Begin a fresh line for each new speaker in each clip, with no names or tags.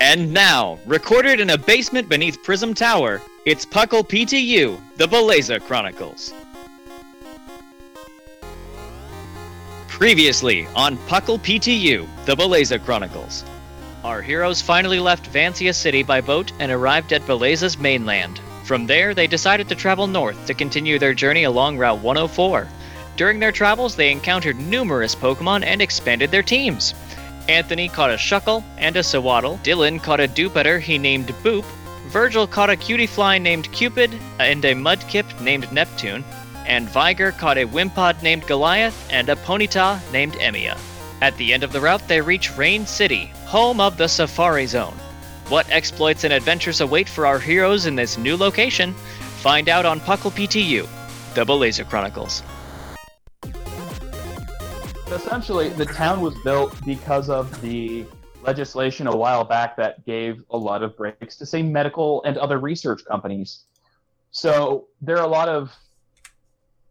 And now, recorded in a basement beneath Prism Tower, it's Puckle PTU, the Beleza Chronicles. Previously on Puckle PTU, the Beleza Chronicles. Our heroes finally left Vancia City by boat and arrived at Beleza's mainland. From there, they decided to travel north to continue their journey along Route 104. During their travels, they encountered numerous Pokemon and expanded their teams. Anthony caught a Shuckle and a Sawaddle. Dylan caught a Dupetter he named Boop. Virgil caught a cutie fly named Cupid and a Mudkip named Neptune. And Viger caught a Wimpod named Goliath and a Ponyta named Emia. At the end of the route, they reach Rain City, home of the Safari Zone. What exploits and adventures await for our heroes in this new location? Find out on Puckle PTU, the Belaser Chronicles.
essentially the town was built because of the legislation a while back that gave a lot of breaks to say medical and other research companies so there are a lot of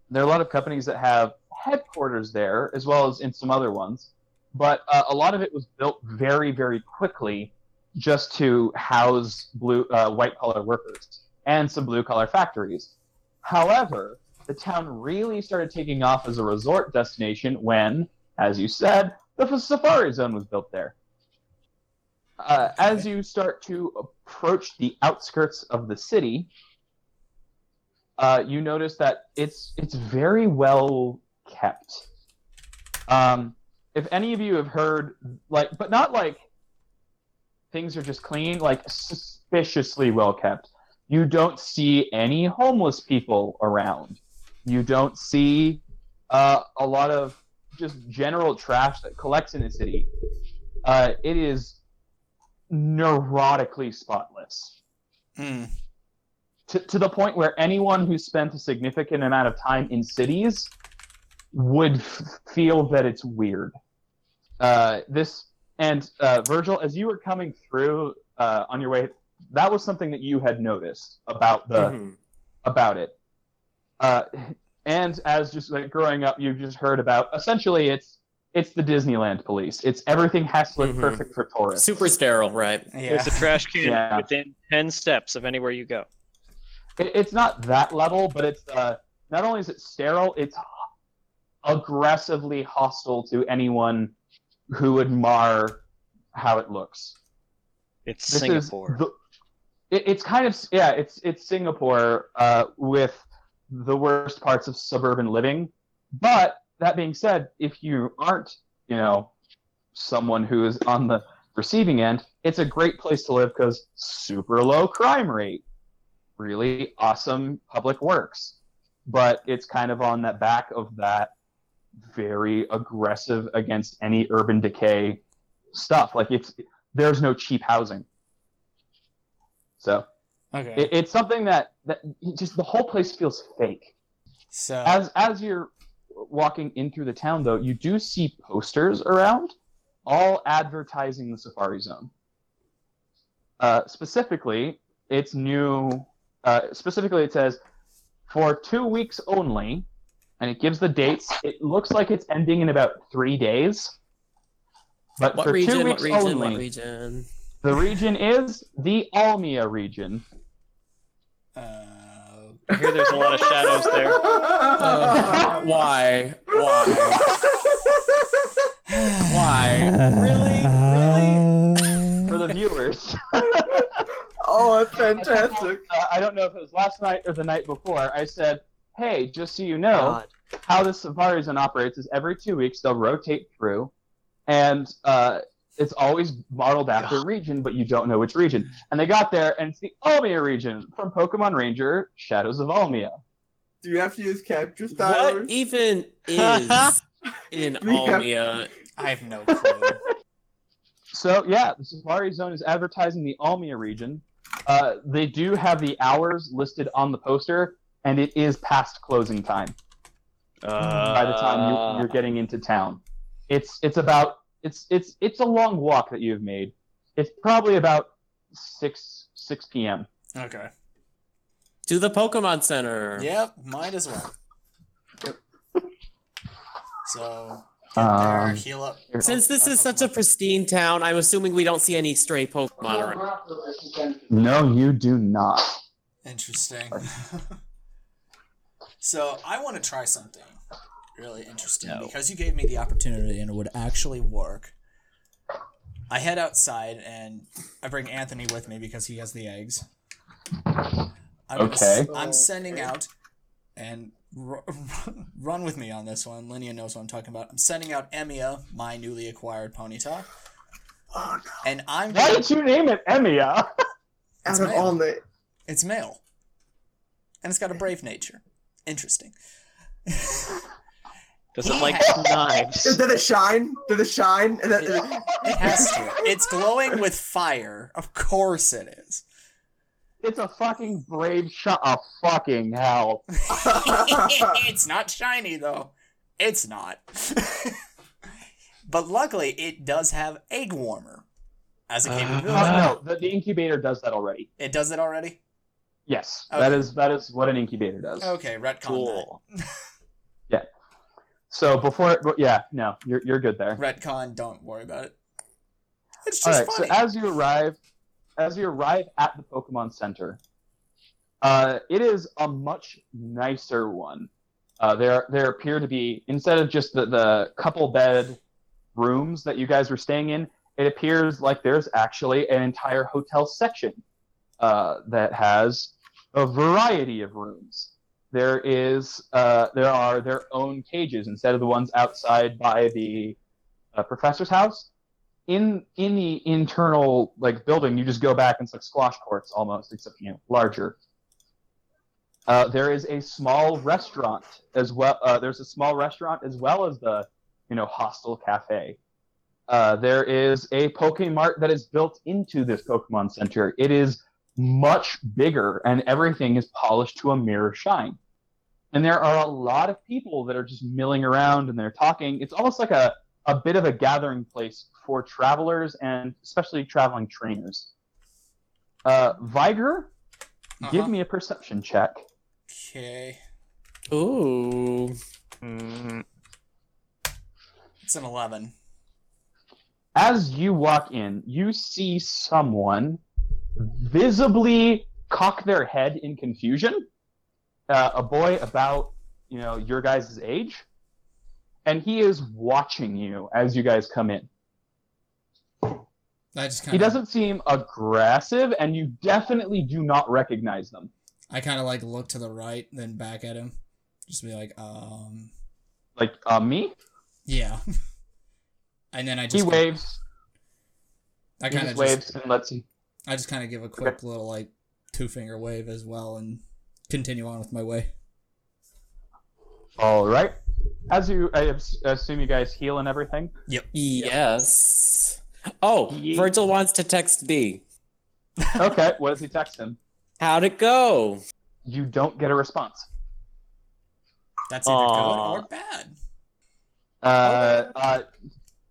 there are a lot of companies that have headquarters there as well as in some other ones but uh, a lot of it was built very very quickly just to house blue uh, white collar workers and some blue collar factories however the town really started taking off as a resort destination when, as you said, the safari zone was built there. Uh, as you start to approach the outskirts of the city, uh, you notice that it's it's very well kept. Um, if any of you have heard, like, but not like things are just clean, like suspiciously well kept. You don't see any homeless people around. You don't see uh, a lot of just general trash that collects in the city. Uh, it is neurotically spotless
Hmm.
to, to the point where anyone who spent a significant amount of time in cities would f- feel that it's weird. Uh, this and uh, Virgil, as you were coming through uh, on your way, that was something that you had noticed about the
Mm-hmm.
Mhm.
about it. Uh, and as just like growing up, you've just heard about. Essentially, it's it's the Disneyland police. It's everything has to look
Mhm.
perfect for tourists.
Super sterile, right?
Yeah.
There's a trash can
Yeah.
within 10 steps of anywhere you go.
It, it's not that level, but it's uh, not only is it sterile, it's h- aggressively hostile to anyone who would mar how it looks.
It's
This is
Singapore.
the- it, it's kind of yeah, it's it's Singapore uh, with the worst parts of suburban living. But that being said, if you aren't, you know, someone who is on the receiving end, it's a great place to live because super low crime rate, really awesome public works. But it's kind of on the back of that very aggressive against any urban decay stuff. Like it's there's no cheap housing. So
Okay.
it, it's something that that you just the whole place feels fake.
Oh.
so
As as you're walking in through the town, though, you do see posters around, all advertising the Safari Zone. Uh, specifically, it's new. Uh, specifically, it says for two weeks only, and it gives the dates. It looks like it's ending in about three days. But
What
for two
region? What
weeks
region?
only,
What region?
the region is the Almia region.
uh,
I hear there's a lot of shadows there.
Uh, why? Why? Why?
really,
For the viewers,
oh, that's
fantastic. uh, I don't know if it was last night or the night before. I said, "Hey, just so you
Oh.
know, how this safari zone operates is every two weeks they'll rotate through, and uh, it's always modeled after a region, but you don't know which region." And they got there, and it's the Almia region from Pokemon Ranger Shadows of Almia.
Do you have to use capture stylers?
What even is in Almia?
I have no clue.
So yeah, the Safari Zone is advertising the Almia region. Uh, they do have the hours listed on the poster, and it is past closing time by the time
Uh,
you, you're getting into town. It's it's about it's it's it's a long walk that you've made. It's probably about six six p.m.
Okay.
To the Pokemon Center.
Yep. Might as well. So There,
Um,
heal up.
Since this is such a pristine town, I'm assuming we don't see any stray Pokemon around.
no, you do not.
Interesting. so I want to try something really interesting
No.
because you gave me the opportunity and it would actually work. I head outside and I bring Anthony with me because he has the eggs. I'm gonna s-
Okay.
I'm sending out and r- run with me on this one. Linnea knows what I'm talking about. I'm sending out Emia, my newly acquired Ponyta,
Oh, no.
and I'm
Why did you name it Emia?
Out
It's
of
male.
all the
It's male. And it's got a brave nature. Interesting.
Does
He
it like
has-
Is
knives?
that a shine? Did a shine? And that,
It has to. It's glowing with fire. Of course it is.
It's a fucking brave shot. A fucking hell.
it's not shiny though. It's not. but luckily it does have egg warmer as a capability.
No, no, the, the incubator does that already.
It does it already?
Yes,
Okay.
that is that is what an incubator does.
Okay, retcon
Cool.
So before, yeah, no, you're you're good there.
that. Retcon, don't worry about it. It's
All
just
right.
funny.
So as you arrive, as you arrive at the Pokemon Center, uh, it is a much nicer one. Uh, there, there appear to be instead of just the, the couple bed rooms that you guys were staying in, it appears like there's actually an entire hotel section uh, that has a variety of rooms. There is, uh, there are their own cages instead of the ones outside by the uh, professor's house in in the internal like building, you just go back and it's like squash courts almost, except you know larger. Uh, there is a small restaurant as well. Uh, there's a small restaurant as well as the you know hostel cafe. Uh, there is a Pokemart that is built into this Pokemon Center. It is much bigger, and everything is polished to a mirror shine. And there are a lot of people that are just milling around and they're talking. It's almost like a a bit of a gathering place for travelers and especially traveling trainers. Uh, Viger, give
Uh-huh.
me a perception check.
Okay.
Mm-hmm.
Ooh.
Mm,
It's an eleven.
As you walk in, you see someone visibly cock their head in confusion. Uh, a boy about you know your guys' age, and he is watching you as you guys come in.
I just kind
He
of
doesn't seem aggressive, and you definitely do not recognize them.
I kind of like look to the right, then back at him, just be like, um,
Like uh, me,
yeah. and then I
he
just
waves.
I
He
kind
just
of
waves
just
and lets you.
I just kind of give a quick little like two finger wave as well, and continue on with my way.
All right. As you, I abs- assume you guys heal and everything.
Yes. Oh,
Ye-
Virgil wants to text D.
Okay. what does he text him?
How'd it go?
You don't get a response.
That's either
Aw.
good or bad.
Uh, uh,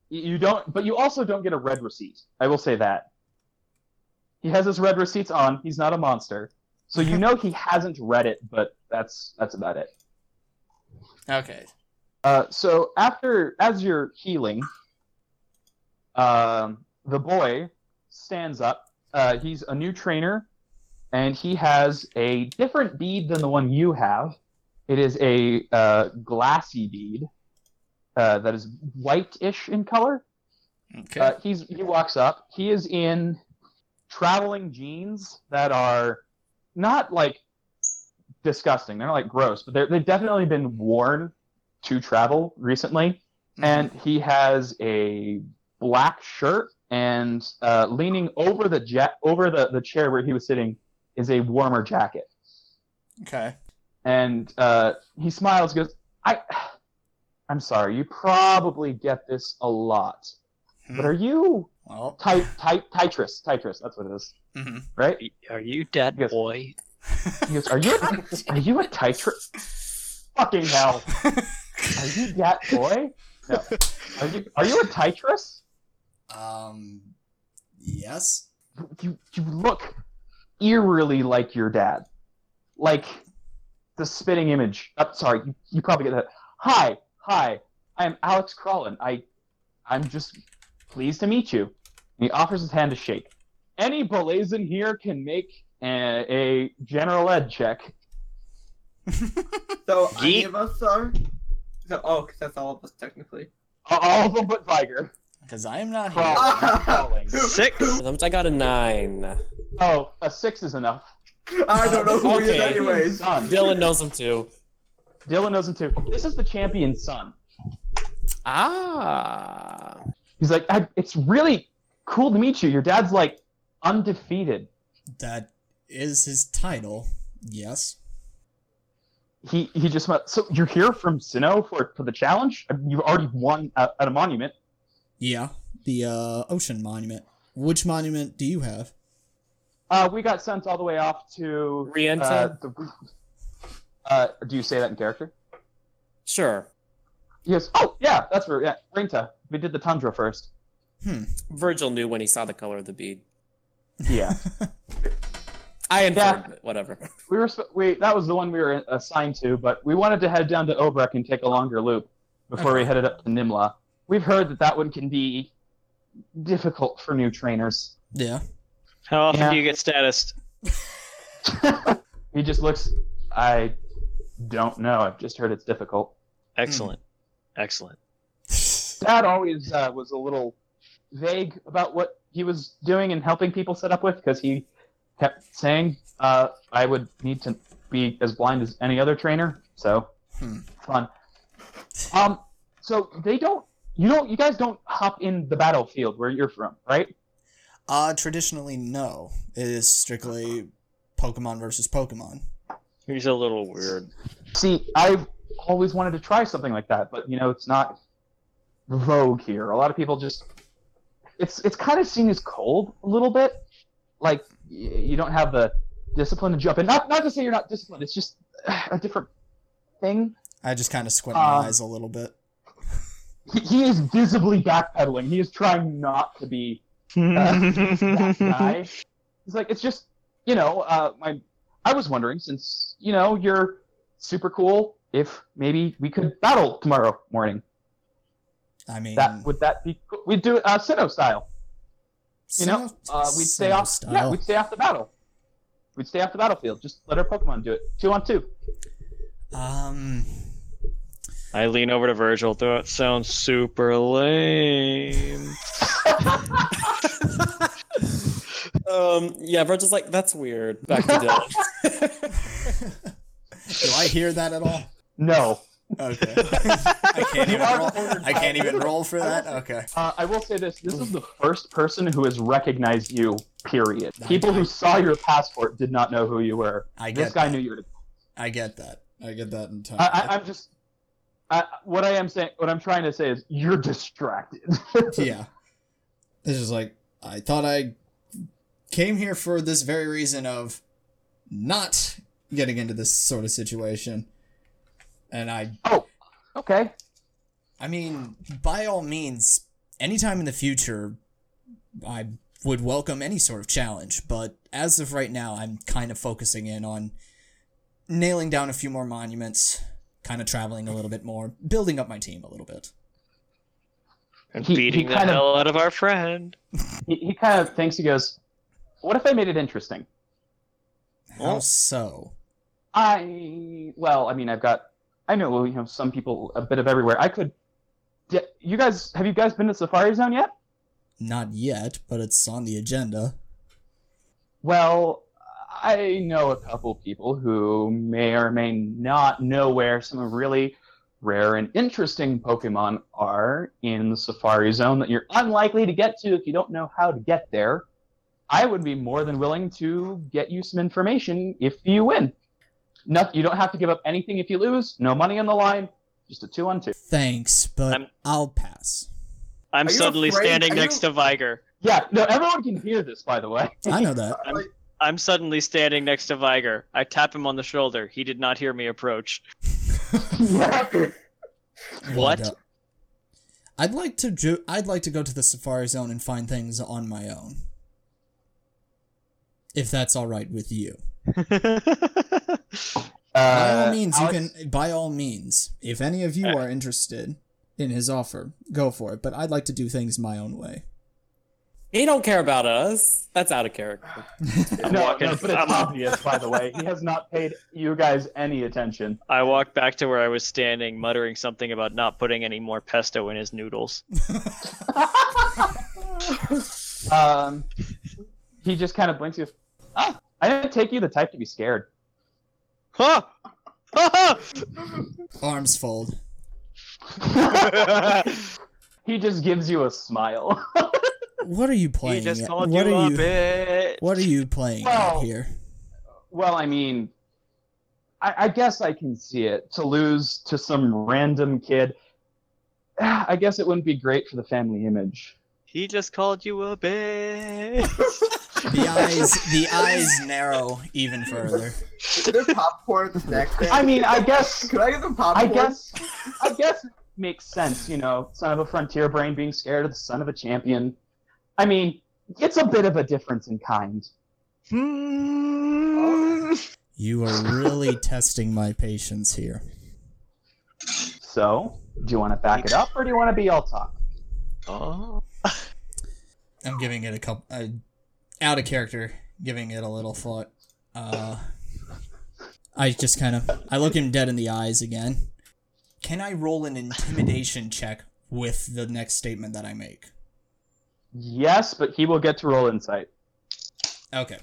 you don't, but you also don't get a red receipt. I will say that. He has his red receipts on. He's not a monster, so you know he hasn't read it. But that's that's about it.
Okay.
Uh, so after as you're healing, um, the boy stands up. Uh, he's a new trainer, and he has a different bead than the one you have. It is a uh, glassy bead uh, that is whitish in color.
Okay.
Uh, he's he walks up. He is in traveling jeans that are not like disgusting. They're not like gross, but they're, they've definitely been worn to travel recently. And he has a black shirt, and uh, leaning over the ja- over the, the chair where he was sitting is a warmer jacket
okay.
and uh, he smiles goes i i'm sorry you probably get this a lot but are you
Well.
tight tight titrus titrus that's what it is
mhm.
right
Are you dead,
Yes.
boy?
he goes are you are you a titrus fucking hell are you that boy no are you are you a titrus
Um. Yes.
you you look eerily like your dad Oh, like the spitting image uh, sorry you, you probably get that hi hi I am Alex Crawlin. I, I'm just pleased to meet you. And he offers his hand to shake. Any Belazin here can make a, a general ed check.
So any
Yeet.
of us are. So, oh, 'cause that's all of us technically.
A- All of them but Viger.
Because I am not here.
Crawling,
Oh
Oh.
crawling.
Six.
I got a nine.
Oh, a six is enough.
I don't know who he is
Okay.
anyways.
Son.
Dylan knows him too.
Dylan knows him too. This is the champion's son.
Ah.
He's like, I, it's really cool to meet you. Your dad's like undefeated.
That is his title. Yes.
He he just went. So you're here from Sinnoh for for the challenge. You've already won at, at a monument.
Yeah. The uh, ocean monument. Which monument do you have?
Uh, we got sent all the way off to
Rienta?
Uh, the, uh, do you say that in character?
Sure.
Yes. Oh yeah, that's where. Yeah, Rienta. We did the tundra first.
Virgil knew when he saw the color of the bead.
Yeah.
I
Yeah.
inferred, but whatever.
we were sp- we that was the one we were assigned to, but we wanted to head down to Obrek and take a longer loop before we headed up to Nimla. We've heard that that one can be difficult for new trainers.
Yeah.
How often
Yeah.
do you get status?
He just looks. I don't know. I've just heard it's difficult.
Excellent. Excellent.
Dad always uh, was a little vague about what he was doing and helping people set up with because he kept saying uh, I would need to be as blind as any other trainer. So
Hmm.
fun. Um, so they don't. You don't. You guys don't hop in the battlefield where you're from, right?
Uh, traditionally, no. It is strictly Pokemon versus Pokemon.
He's a little weird.
See, I've always wanted to try something like that, but you know, it's not vogue here. A lot of people just it's it's kind of seen as cold a little bit. Like y- you don't have the discipline to jump in. Not not to say you're not disciplined. It's just a different thing.
I just kind of squint my
Uh,
eyes a little bit.
He, he is visibly backpedaling. He is trying not to be uh, that guy. He's like, it's just, you know, uh, my, I was wondering since you know you're super cool, if maybe we could battle tomorrow morning.
I mean,
That would that be? cool? We'd do it uh, Sinnoh style. You know,
Sinnoh-
uh, we'd stay
Sinnoh
off.
style.
Yeah, we'd stay off the battle. We'd stay off the battlefield. Just let our Pokemon do it. Two on two.
Um,
I lean over to Virgil. That sounds super lame.
Um, yeah, Virgil's like, that's weird. Back to Dylan.
do I hear that at all?
No,
Okay. I can't even
are
roll.
the ordered
I can't even roll
I
for that.
will
Okay.
uh, I will say this: this
Mm.
is the first person who has recognized you. Period.
That
People
guy.
who saw your passport did not know who you were.
I get
This guy
that.
knew you were
I get that. I get that in time.
I, I, I'm just. I, what I am saying, what I'm trying to say is, you're distracted.
yeah. It's just like I thought I came here for this very reason of not getting into this sort of situation. And I
okay.
I mean, by all means, anytime in the future, I would welcome any sort of challenge. But as of right now, I'm kind of focusing in on nailing down a few more monuments, kind of traveling a little bit more, building up my team a little bit.
And
He- he
beating the
kind of-
hell out of our friend.
He, he kind of thinks he goes, "What if I made it interesting?"
Oh.
How so?
I well, I mean, I've got, I know you know some people a bit of everywhere. I could. Yeah, you guys, have you guys been to Safari Zone yet?
Not yet, but it's on the agenda.
Well, I know a couple people who may or may not know where some really rare and interesting Pokemon are in the Safari Zone that you're unlikely to get to if you don't know how to get there. I would be more than willing to get you some information if you win. No, you don't have to give up anything if you lose. No money on the line. Just a two on two.
Thanks, but
I'm-
I'll pass.
I'm
Are you
suddenly
afraid?
standing
Are you-
next to Viger.
Yeah, no, everyone can hear this, by the way.
I know that.
I'm- I'm suddenly standing next to Viger. I tap him on the shoulder. He did not hear me approach.
Uh,
What?
Like, uh, I'd like to ju- I'd like to go to the Safari Zone and find things on my own. If that's all right with you.
Uh,
By all means,
Alex-
Uh,
you can by all means, if any of you are interested, in his offer, go for it. But I'd like to do things my own way.
He don't care about us. That's out of character.
No,
walking-
no, but it's
I'm-
obvious, by the way. He has not paid you guys any attention.
I walked back to where I was standing, muttering something about not putting any more pesto in his noodles.
Um, he just kind of blinks. He goes, ah, I didn't take you the type to be scared.
Huh?
Arms fold.
He just gives you a smile.
What are you playing?
He just
at?
called
what
you
are
a
you?
bitch.
What are you playing
Well-
at here?
well, I mean, I, I guess I can see it. To lose to some random kid, I guess it wouldn't be great for the family image.
he just called you a bitch.
The eyes, the eyes narrow even further.
Is there popcorn at the snack stand?
I mean, I guess,
Could I get some
I
popcorn?
guess, I guess it makes sense. You know, son of a frontier brain being scared of the son of a champion. I mean, it's a bit of a difference in kind.
You are really testing my patience here.
So, do you want to back it up, or do you want to be all talk?
oh.
I'm giving it a couple uh, out of character, giving it a little thought. Uh, I just kind of I look him dead in the eyes again. Can I roll an intimidation check with the next statement that I make?
Yes, but he will get to roll insight.
Okay.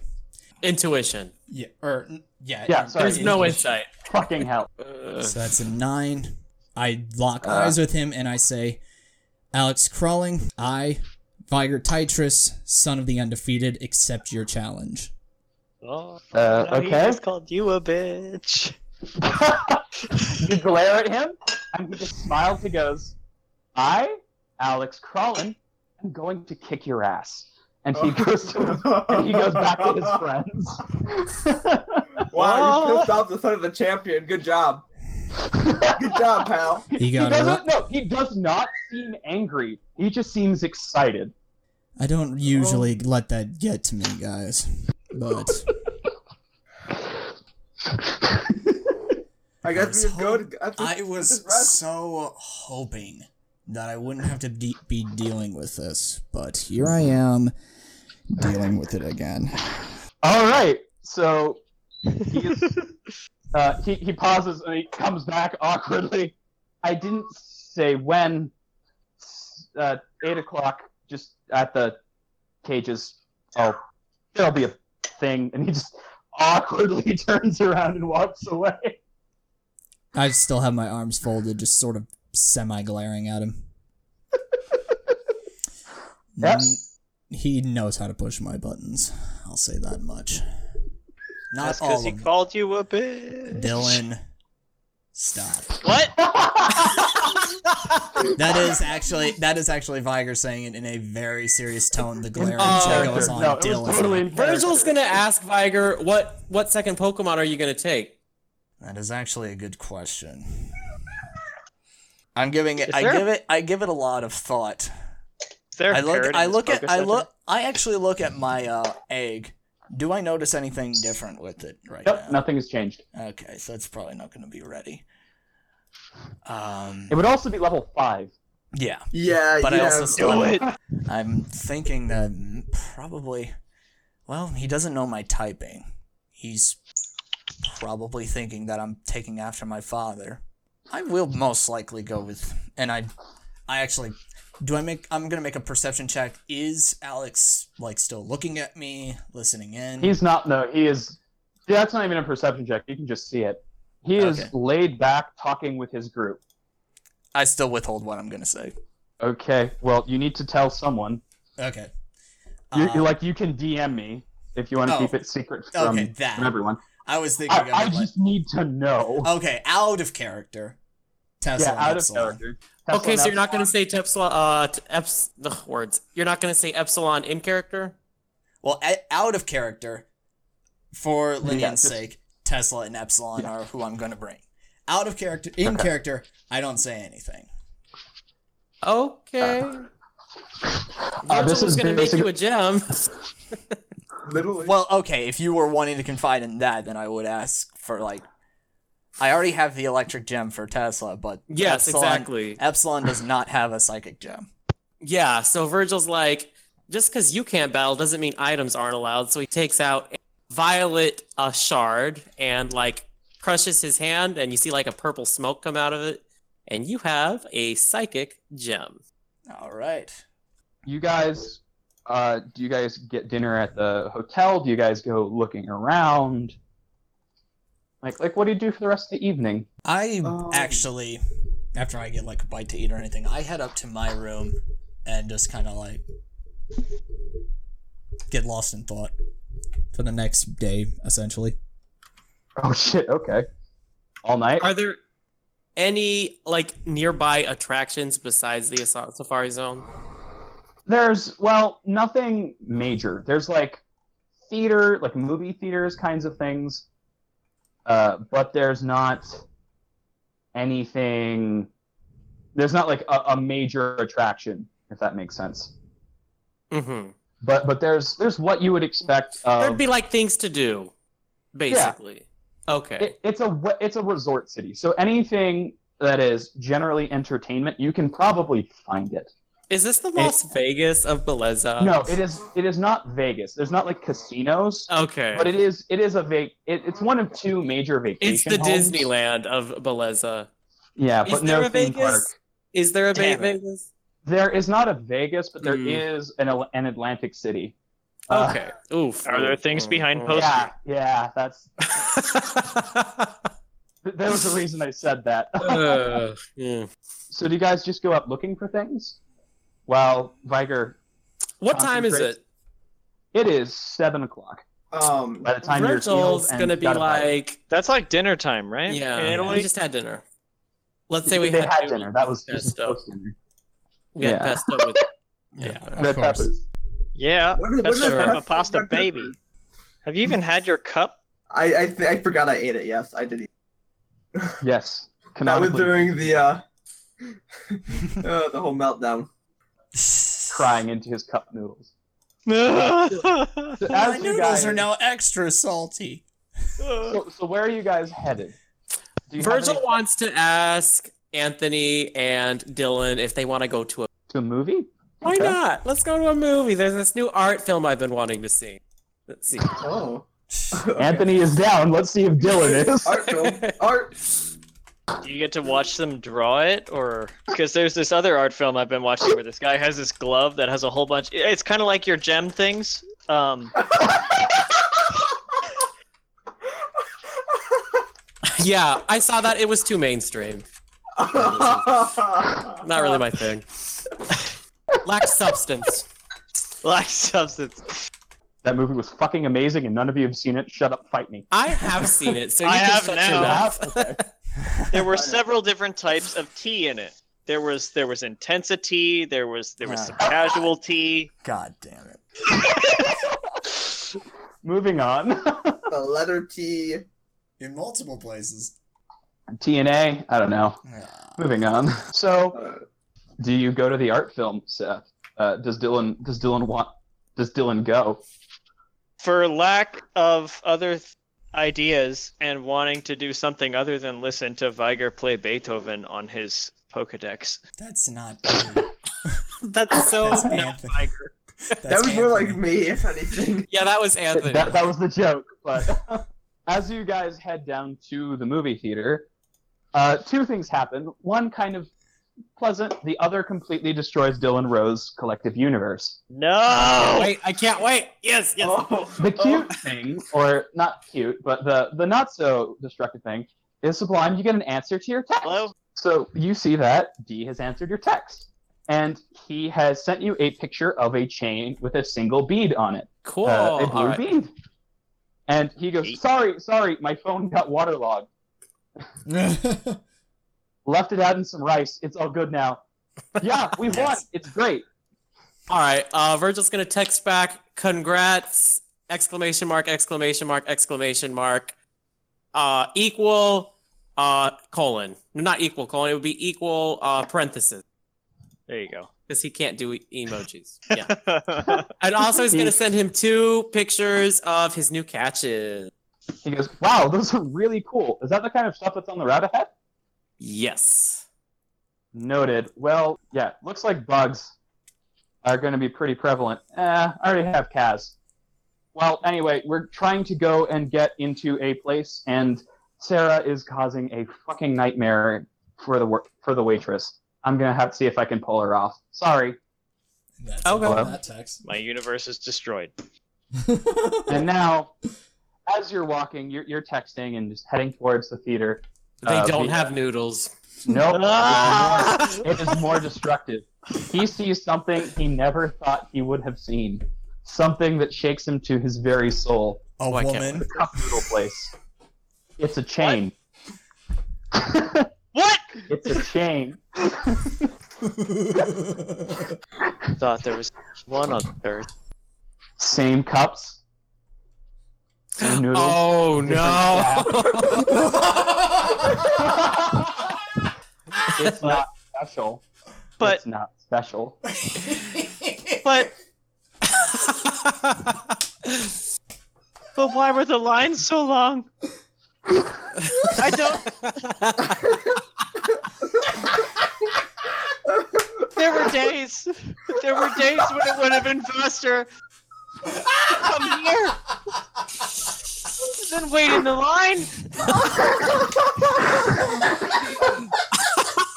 Intuition.
Yeah. Or n- yeah.
Yeah,
um,
sorry.
There's no insight.
Fucking hell.
Uh.
So that's a nine. I
Uh.
lock eyes with him and I say, Alex Crawling, I, Viger Titrus, son of the undefeated, accept your challenge.
oh.
Uh,
He
okay.
just called you a bitch.
you glare at him, and he just smiles. He goes, "I, Alex Crawlin, am going to kick your ass." And he goes to and he goes back to his friends.
Wow, you pissed off the son of the champion. Good job. Good job, pal.
He got a
doesn't. No, he does not seem angry. He just seems excited.
I don't usually let that get to me, guys. But
I guess we just go to. I, think-
I was so hoping that I wouldn't have to de- be dealing with this, but here I am dealing with it again.
All right. So he is, uh, he he pauses and he comes back awkwardly. I didn't say when. S- Uh, Eight o'clock, just at the cages. Oh, there'll be a thing, and he just awkwardly turns around and walks away.
I still have my arms folded, just sort of semi glaring at him.
That's
N- Mm, He knows how to push my buttons. I'll say that much. Not
That's
all
because
of
he
them.
called you a bitch.
Dylan, stop.
What?
That is actually that is actually Viger saying it in a very serious tone. The glare and
Oh,
check goes on
no, it
Dylan.
was totally in
Virgil's
character.
gonna ask Viger what what second Pokemon are you gonna take?
That is actually a good question. I'm giving it.
Is
I
there-
give it. I give it a lot of thought.
Is there a
I look.
parrot in
I
this
look at.
focus
I
center?
look. I actually look at my uh, egg. Do I notice anything different with it right
Nope,
now?
nothing has changed.
Okay, so it's probably not going to be ready. Um.
It would also be level five.
Yeah,
yeah,
but
yeah.
I also still.
it.
I'm thinking that m- probably. Well, he doesn't know my typing. He's probably thinking that I'm taking after my father. I will most likely go with, and I, I actually, do I make? I'm gonna make a perception check. Is Alex like still looking at me, listening in?
He's not. No, he is. That's not even a perception check. You can just see it. He is
Okay.
laid back, talking with his group.
I still withhold what I'm gonna say.
Okay. Well, you need to tell someone.
Okay.
You,
Uh,
you like you can DM me if you want to
Oh.
keep it secret from,
okay, that.
from everyone.
I was thinking.
I,
of
I
it, Oh, like-
just need to know.
okay, out of character. Tesla.
yeah, out of
Epsilon.
character. That's
okay,
what
so you're not
that's-
gonna say Tepsilon. Uh, t- eps, ugh, words. You're not gonna say Epsilon in character.
well a- out of character for Linian's
just-
sake tesla and epsilon are who i'm going to bring out of character in character i don't say anything
Okay.
Uh,
Virgil
this
was
is
gonna make
basic-
you a gem.
literally.
well okay if you were wanting to confide in that then i would ask for like
I already have the electric gem for Tesla, but
Yes,
Epsilon-
exactly.
Epsilon does not have a psychic gem.
Yeah, so Virgil's like, just because you can't battle doesn't mean items aren't allowed. So he takes out a violet a shard and like crushes his hand, and you see like a purple smoke come out of it, and you have a psychic gem.
All right.
You guys, uh, do you guys get dinner at the hotel? Do you guys go looking around? Like, like, what do you do for the rest of the evening?
I
Um,
actually, after I get like a bite to eat or anything, I head up to my room and just kind of like get lost in thought for the next day, essentially.
Oh shit! Okay, all night.
Are there any like nearby attractions besides the Asa- Safari Zone?
There's well, nothing major. There's like theater, like movie theaters kinds of things. Uh, but there's not anything there's not like a, a major attraction, if that makes sense.
Mm-hmm.
Um, But but there's there's what you would expect
There'd
of
be like things to do, basically. Okay.
it, it's a we- it's a resort city. So anything that is generally entertainment, you can probably find it.
Is this the Las Vegas of Beleza?
no, it is it is not Vegas. There's not like casinos.
Okay.
But it is it is a vac it, it's one of two major vacation.
it's the
homes.
Disneyland of Beleza.
Yeah,
Is
but
there
no
a
theme park.
Vegas? Is there a
Damn it.
Vegas?
There is not a Vegas, but there is
Mm.
an Al- an Atlantic City. Uh,
Okay. Oof.
Are there things behind post-
Yeah, yeah, that's
Hmm.
th- there was a reason I said that.
Uh, yeah.
so do you guys just go up looking for things? Well, Viger,
What time is it?
it is seven o'clock.
Um,
By the time you're healed
Virgil's
and
gonna be
got a bite.
like,
That's like dinner time, right?
yeah.
In
We
Italy?
just had dinner. Let's say we
they
had,
had dinner. That was just
pesto.
post-dinner.
We had
yeah.
pesto with
Yeah,
The peppers.
Yeah.
what is- what
That's
is
a
that
pepper
stuff?
pasta baby. Have you even had your cup?
I I, th- I forgot I ate it. Yes, I did. Eat.
Yes,
That was
canonically
during the uh, uh, the whole meltdown.
crying into his cup noodles. So
My
as you
noodles
guys-
are now extra salty.
So, so where are you guys headed? Do you have
Virgil
any-
wants to ask Anthony and Dylan if they want to go to a.
to a movie?
Why
Okay.
not? Let's go to a movie. There's this new art film I've been wanting to see. Let's see.
Oh,
Anthony is down. Let's see if Dylan is.
art film, art.
Do you get to watch them draw it, or because there's this other art film I've been watching where this guy has this glove that has a whole bunch. It's kind of like your gem things. Um,
yeah, I saw that. It was too mainstream. Not really my thing. Lacked substance.
like substance.
that movie was fucking amazing, and none of you have seen it. Shut up, fight me.
I have seen it, so you
I
can
have
shut
now.
your mouth.
There were several different types of tea in it. There was there was intensity. There was there was some casual tea.
God damn it.
Moving on.
The letter T.
In multiple places.
TNA. I don't know.
Ah.
Moving on. So,
Uh,
do you go to the art film, Seth? Uh, does Dylan? Does Dylan want? Does Dylan go?
For lack of other th- ideas and wanting to do something other than listen to Weiger play Beethoven on his Pokedex.
That's not. you.
That's so.
That's Anthony. That's
that was more like
Anthony.
me, if anything.
Yeah, that was Anthony.
That, that was the joke. But as you guys head down to the movie theater, uh, two things happen. One kind of pleasant. The other completely destroys Dylan Rose's collective universe.
No.
Wait, I can't wait. Yes, yes.
Oh,
the cute thing, or not cute, but the the not so destructive thing is sublime. You get an answer to your text.
Hello.
So you see that D has answered your text, and he has sent you a picture of a chain with a single bead on it,
Cool.
uh, a
All
blue
right.
bead. And he goes, "Sorry, sorry, my phone got waterlogged. Left it out in some rice. It's all good now. Yeah, we won. It's great.
All right. Uh, Virgil's gonna text back. Congrats! Exclamation mark! Exclamation mark! Exclamation mark! Uh, equal. Uh, colon. No, Not equal colon. It would be equal. Uh, parenthesis.
There you go.
Because he can't do e- emojis. Yeah. And also, he's gonna send him two pictures of his new catches.
He goes, "Wow, those are really cool. Is that the kind of stuff that's on the route ahead?"
Yes.
Noted. Well, yeah, looks like bugs are going to be pretty prevalent. Eh, I already have Kaz. Well, anyway, we're trying to go and get into a place, and Sarah is causing a fucking nightmare for the wor- for the waitress. I'm gonna have to see if I can pull her off. Sorry.
That's
Okay.
all that text.
My universe is destroyed.
And now, as you're walking, you're, you're texting and just heading towards the theater.
They
Uh,
don't
the-
have noodles.
Nope.
Ah!
It is more- it is more destructive. He sees something he never thought he would have seen. Something that shakes him to his very soul.
A
Oh, I can't
woman.
The cup noodle place. It's a chain.
What?
It's a chain.
I thought there was one on third.
Same cups. Same noodles.
Oh
It's not special.
But-
it's not special.
But but why were the lines so long? I don't. there were days. There were days when it would have been faster. to Come here. Then wait in the line.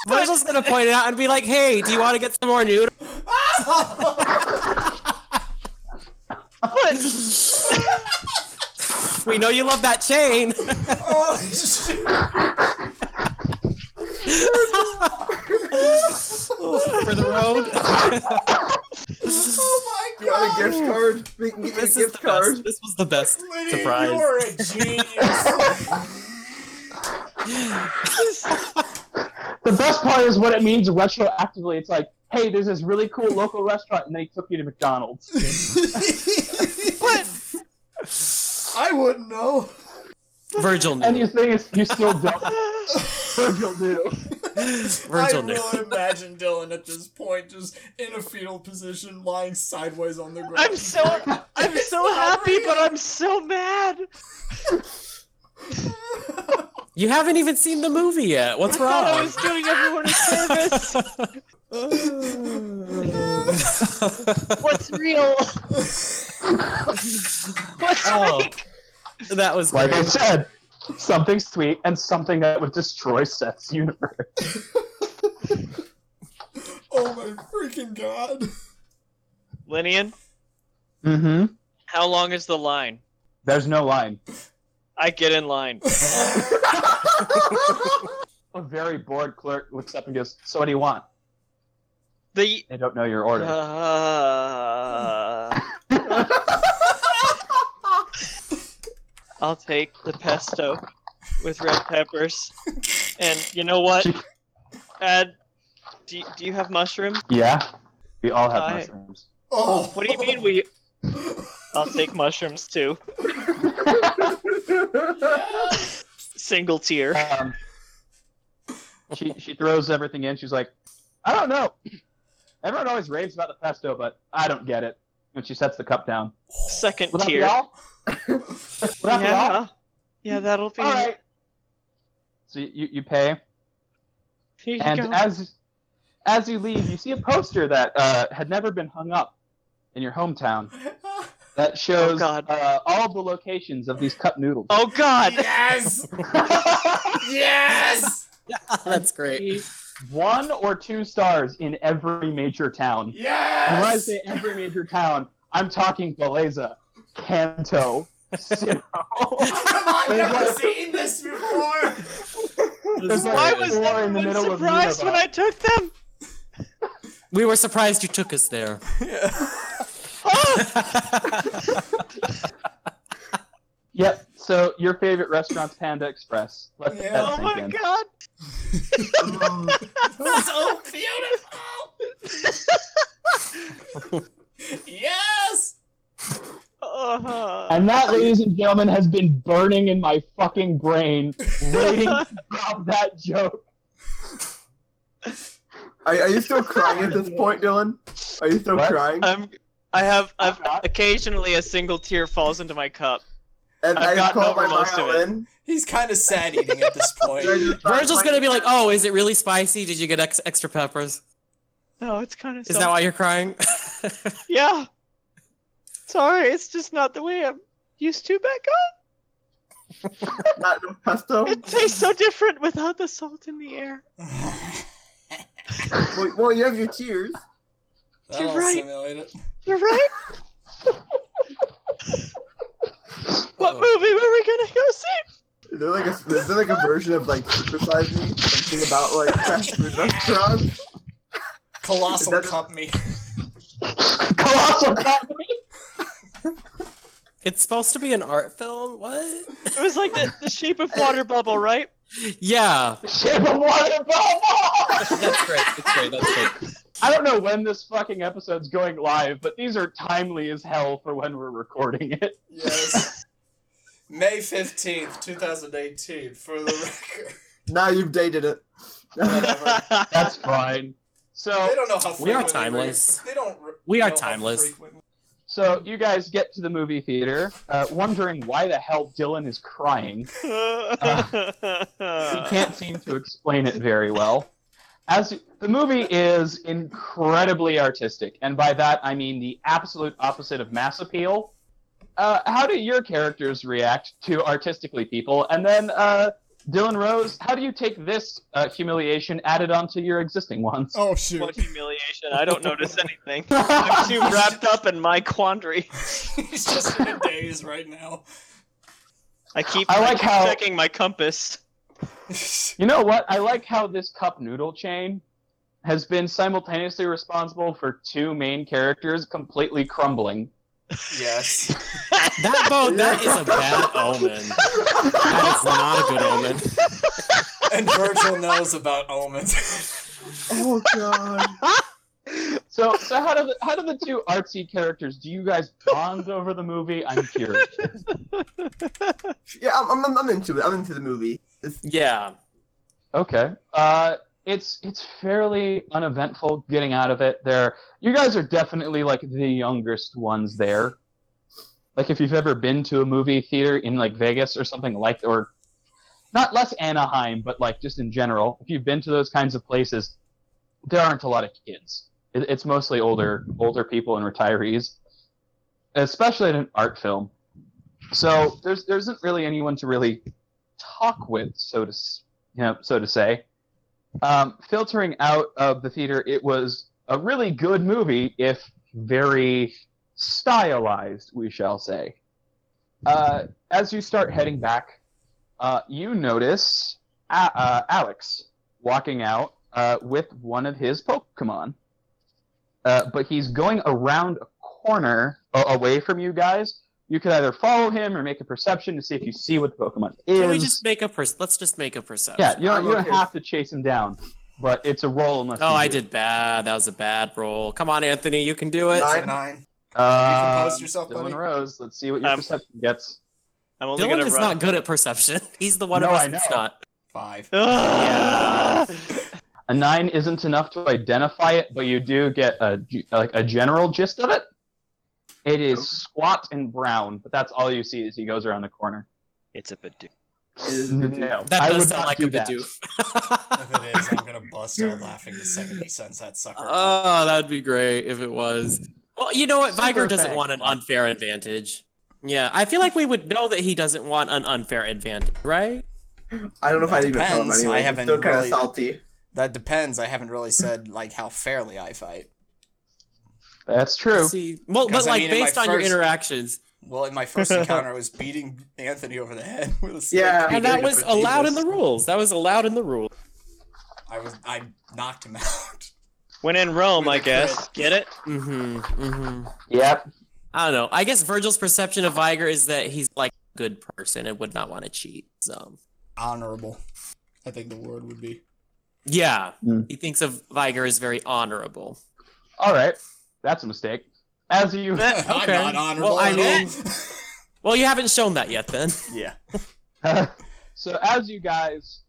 Virgil's gonna point it out and be like, "Hey, do you want to get some more noodles?" we know you love that chain.
oh, shit.
for the road.
Oh my
You want a
god.
gift card? We can give you a
this is the
gift card.
best. This was the best
Lydia,
surprise.
You're a genius.
The best part is what it means retroactively. It's like, hey, there's this really cool local restaurant, and they took you to McDonald's.
I wouldn't know.
Virgil
And
knew.
you think it's, you still don't. Virgil do.
Virgil
I
knew.
really imagine Dylan at this point just in a fetal position, lying sideways on the ground.
I'm so I'm so happy, but I'm so mad.
You haven't even seen the movie yet. What's
I thought I
wrong?
was doing everyone a service. What's real? What's
Oh.
fake?
that was
Like I
great.
said, something sweet and something that would destroy Seth's universe.
oh my freaking god.
Linian,
Mm-hmm.
how long is the line?
There's no line.
I get in line.
A very bored clerk looks up and goes, "So what do you want?"
The
They don't know your order.
uh, I'll take the pesto with red peppers. And you know what? Add. Do, do you have mushrooms?
yeah, we all have
I-
mushrooms.
Oh,
What do you mean we? I'll take mushrooms too. Single tier.
Um, she she throws everything in. She's like, I don't know. Everyone always raves about the pesto, but I don't get it. And she sets the cup down.
Second
What up,
tier.
y'all? what up, y'all?
Yeah. Yeah, that'll be.
All right. So you, you pay,
Here you
and
go.
as as you leave, you see a poster that uh, had never been hung up in your hometown that shows
God.
uh, all of the locations of these cup noodles.
oh God.
yes! yes!
That's great.
One or two stars in every major town. And when I
Yes!
say every major town, I'm talking Beleza, Canto, Cino.
I've
There's
never
like-
seen this before!
There's
Why
like
was
four in the
everyone
middle of
surprised when
Unova.
I took them?
We were surprised you took us there.
Yep. So your favorite restaurant's Panda Express. Let
Yeah.
that
Oh
sink
my
in.
God.
so beautiful! yes!
Uh-huh.
And that, ladies and gentlemen, has been burning in my fucking brain, waiting to drop that joke.
Are, are you still crying at this point, Dylan? Are you still
What?
crying?
I'm. I have. I've
I'm not.
occasionally a single tear falls into my cup.
And
I've
I just
gotten
called my
over most of it.
violin.
He's kind of sad eating at this point.
Virgil's gonna be like, "Oh, is it really spicy? Did you get ex- extra peppers?
No, it's kind of.
Is that why you're crying?"
Yeah. Sorry, it's just not the way I'm used to back
Not enough pesto.
up. It tastes so different without the salt in the air.
Well, well, you have your tears.
That'll
You're right.
simulate it.
You're right.
Oh.
what movie were we gonna go see?
They're like a, is there like a version of like criticizing something about like fast food restaurants?
Colossal
That's-
company.
Colossal.
it's supposed to be an art film. What?
It was like the, the shape of water bubble, right?
yeah,
Shape of water bubble.
That's great. That's great. That's great.
I don't know when this fucking episode's going live, but these are timely as hell for when we're recording it.
Yes. May 15th, 2018, for the record.
Now you've dated it.
Whatever.
That's fine.
They
So,
don't know how
We are
frequently
timeless.
They don't. re-
we are
know how
timeless.
frequently-
so you guys get to the movie theater, uh, wondering why the hell Dylan is crying. He can't seem to explain it very well. As the movie is incredibly artistic, and by that I mean the absolute opposite of mass appeal. Uh, how do your characters react to artistically people? And then uh, Dylan Rose, how do you take this uh, humiliation added onto your existing ones?
Oh, shoot.
what humiliation! I don't notice anything. I'm too wrapped up in my quandary.
He's just in a daze right now.
I keep,
I like
keep
how-
checking my compass.
You know what? I like how this cup noodle chain has been simultaneously responsible for two main characters completely crumbling.
yes.
that boat. That is a bad omen. That is not a good omen.
And Virgil knows about omens.
Oh god.
So, so how do the, how do the two artsy characters? Do you guys bond over the movie? I'm curious.
Yeah, I'm, I'm, I'm into it. I'm into the movie. It's,
Yeah,
Okay. Uh, it's it's fairly uneventful getting out of it. There, you guys are definitely like the youngest ones there. Like if you've ever been to a movie theater in like Vegas or something like, or not less Anaheim, but like just in general, if you've been to those kinds of places, there aren't a lot of kids. It, it's mostly older older people and retirees, especially in an art film. So there's there isn't really anyone to really talk with, so to speak you know, so to say. Um, filtering out of the theater, it was a really good movie, if very stylized, we shall say. Uh, as you start heading back, uh, you notice A- uh, Alex walking out uh, with one of his Pokemon. Uh, but he's going around a corner a- away from you guys. You can either follow him or make a perception to see if you see what the Pokemon is.
can we just make a per? Let's just make a perception.
Yeah, you don't,
I'm
you don't
okay.
have to chase him down, but it's a roll unless.
Oh,
you
I
do.
did bad. That was a bad roll. Come on, Anthony, you can do it.
Nine.
Nine.
Uh,
compose yourself,
Dylan
buddy?
Rose, let's see what your
Um,
perception gets.
I'm only
Dylan
gonna
is
run.
not good at perception. He's the one
No,
of us
I
that's
know.
not.
Five.
Ugh.
A nine isn't enough to identify it, but you do get a g- like a general gist of it. It is squat and brown, but that's all you see as he goes around the corner.
It's a Bidoof.
No,
That
I
does
would
sound
not
like
do
a
that.
Bidoof.
If it is, I'm gonna bust out laughing the second he sends that sucker. up.
Oh, that'd be great if it was. Well, you know what?
Super
Viger doesn't
fact.
want an unfair advantage. Yeah, I feel like we would know that he doesn't want an unfair advantage, right?
I don't know if I even tell him
Depends.
anyway.
I
It's
haven't
still kind of
really-
salty.
that depends. I haven't really said like how fairly I fight.
That's true.
See, well, but
Because, I
like
mean, in my
based on your
first-
interactions,
Well, in my first encounter, I was beating Anthony over the head with a stick.
Yeah.
and that was allowed in the rules. That was allowed in the rules.
I was. I knocked him out.
When in Rome,
With
I
a
guess. Get it?
Mm-hmm. Mm-hmm.
Yep.
I don't know. I guess Virgil's perception of Viger is that he's like a good person and would not want to cheat. So
Honorable. I think the word would be.
yeah,
Hmm.
he thinks of Viger as very honorable.
All right. That's a mistake. As you,
I'm
okay.
not honorable.
Well, I
at
mean-
all.
Well, you haven't shown that yet, then.
yeah.
so as you guys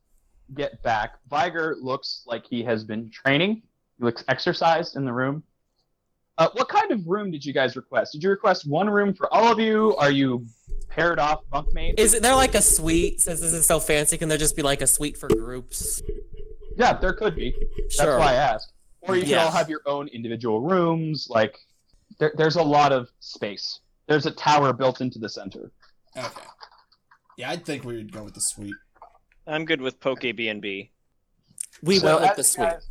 get back, Viger looks like he has been training. He looks exercised in the room. Uh, what kind of room did you guys request? Did you request one room for all of you? Are you paired off bunkmates.
Is it there like a suite? Since this is so fancy, can there just be like a suite for groups?
Yeah, there could be. That's
Sure.
why I asked. Or you could
Yeah.
all have your own individual rooms. Like, there, there's a lot of space. There's a tower built into the center.
Okay. Yeah, I think we would go with the suite.
I'm good with Poke B&B.
We
So
went with
as
the
you
suite.
guys-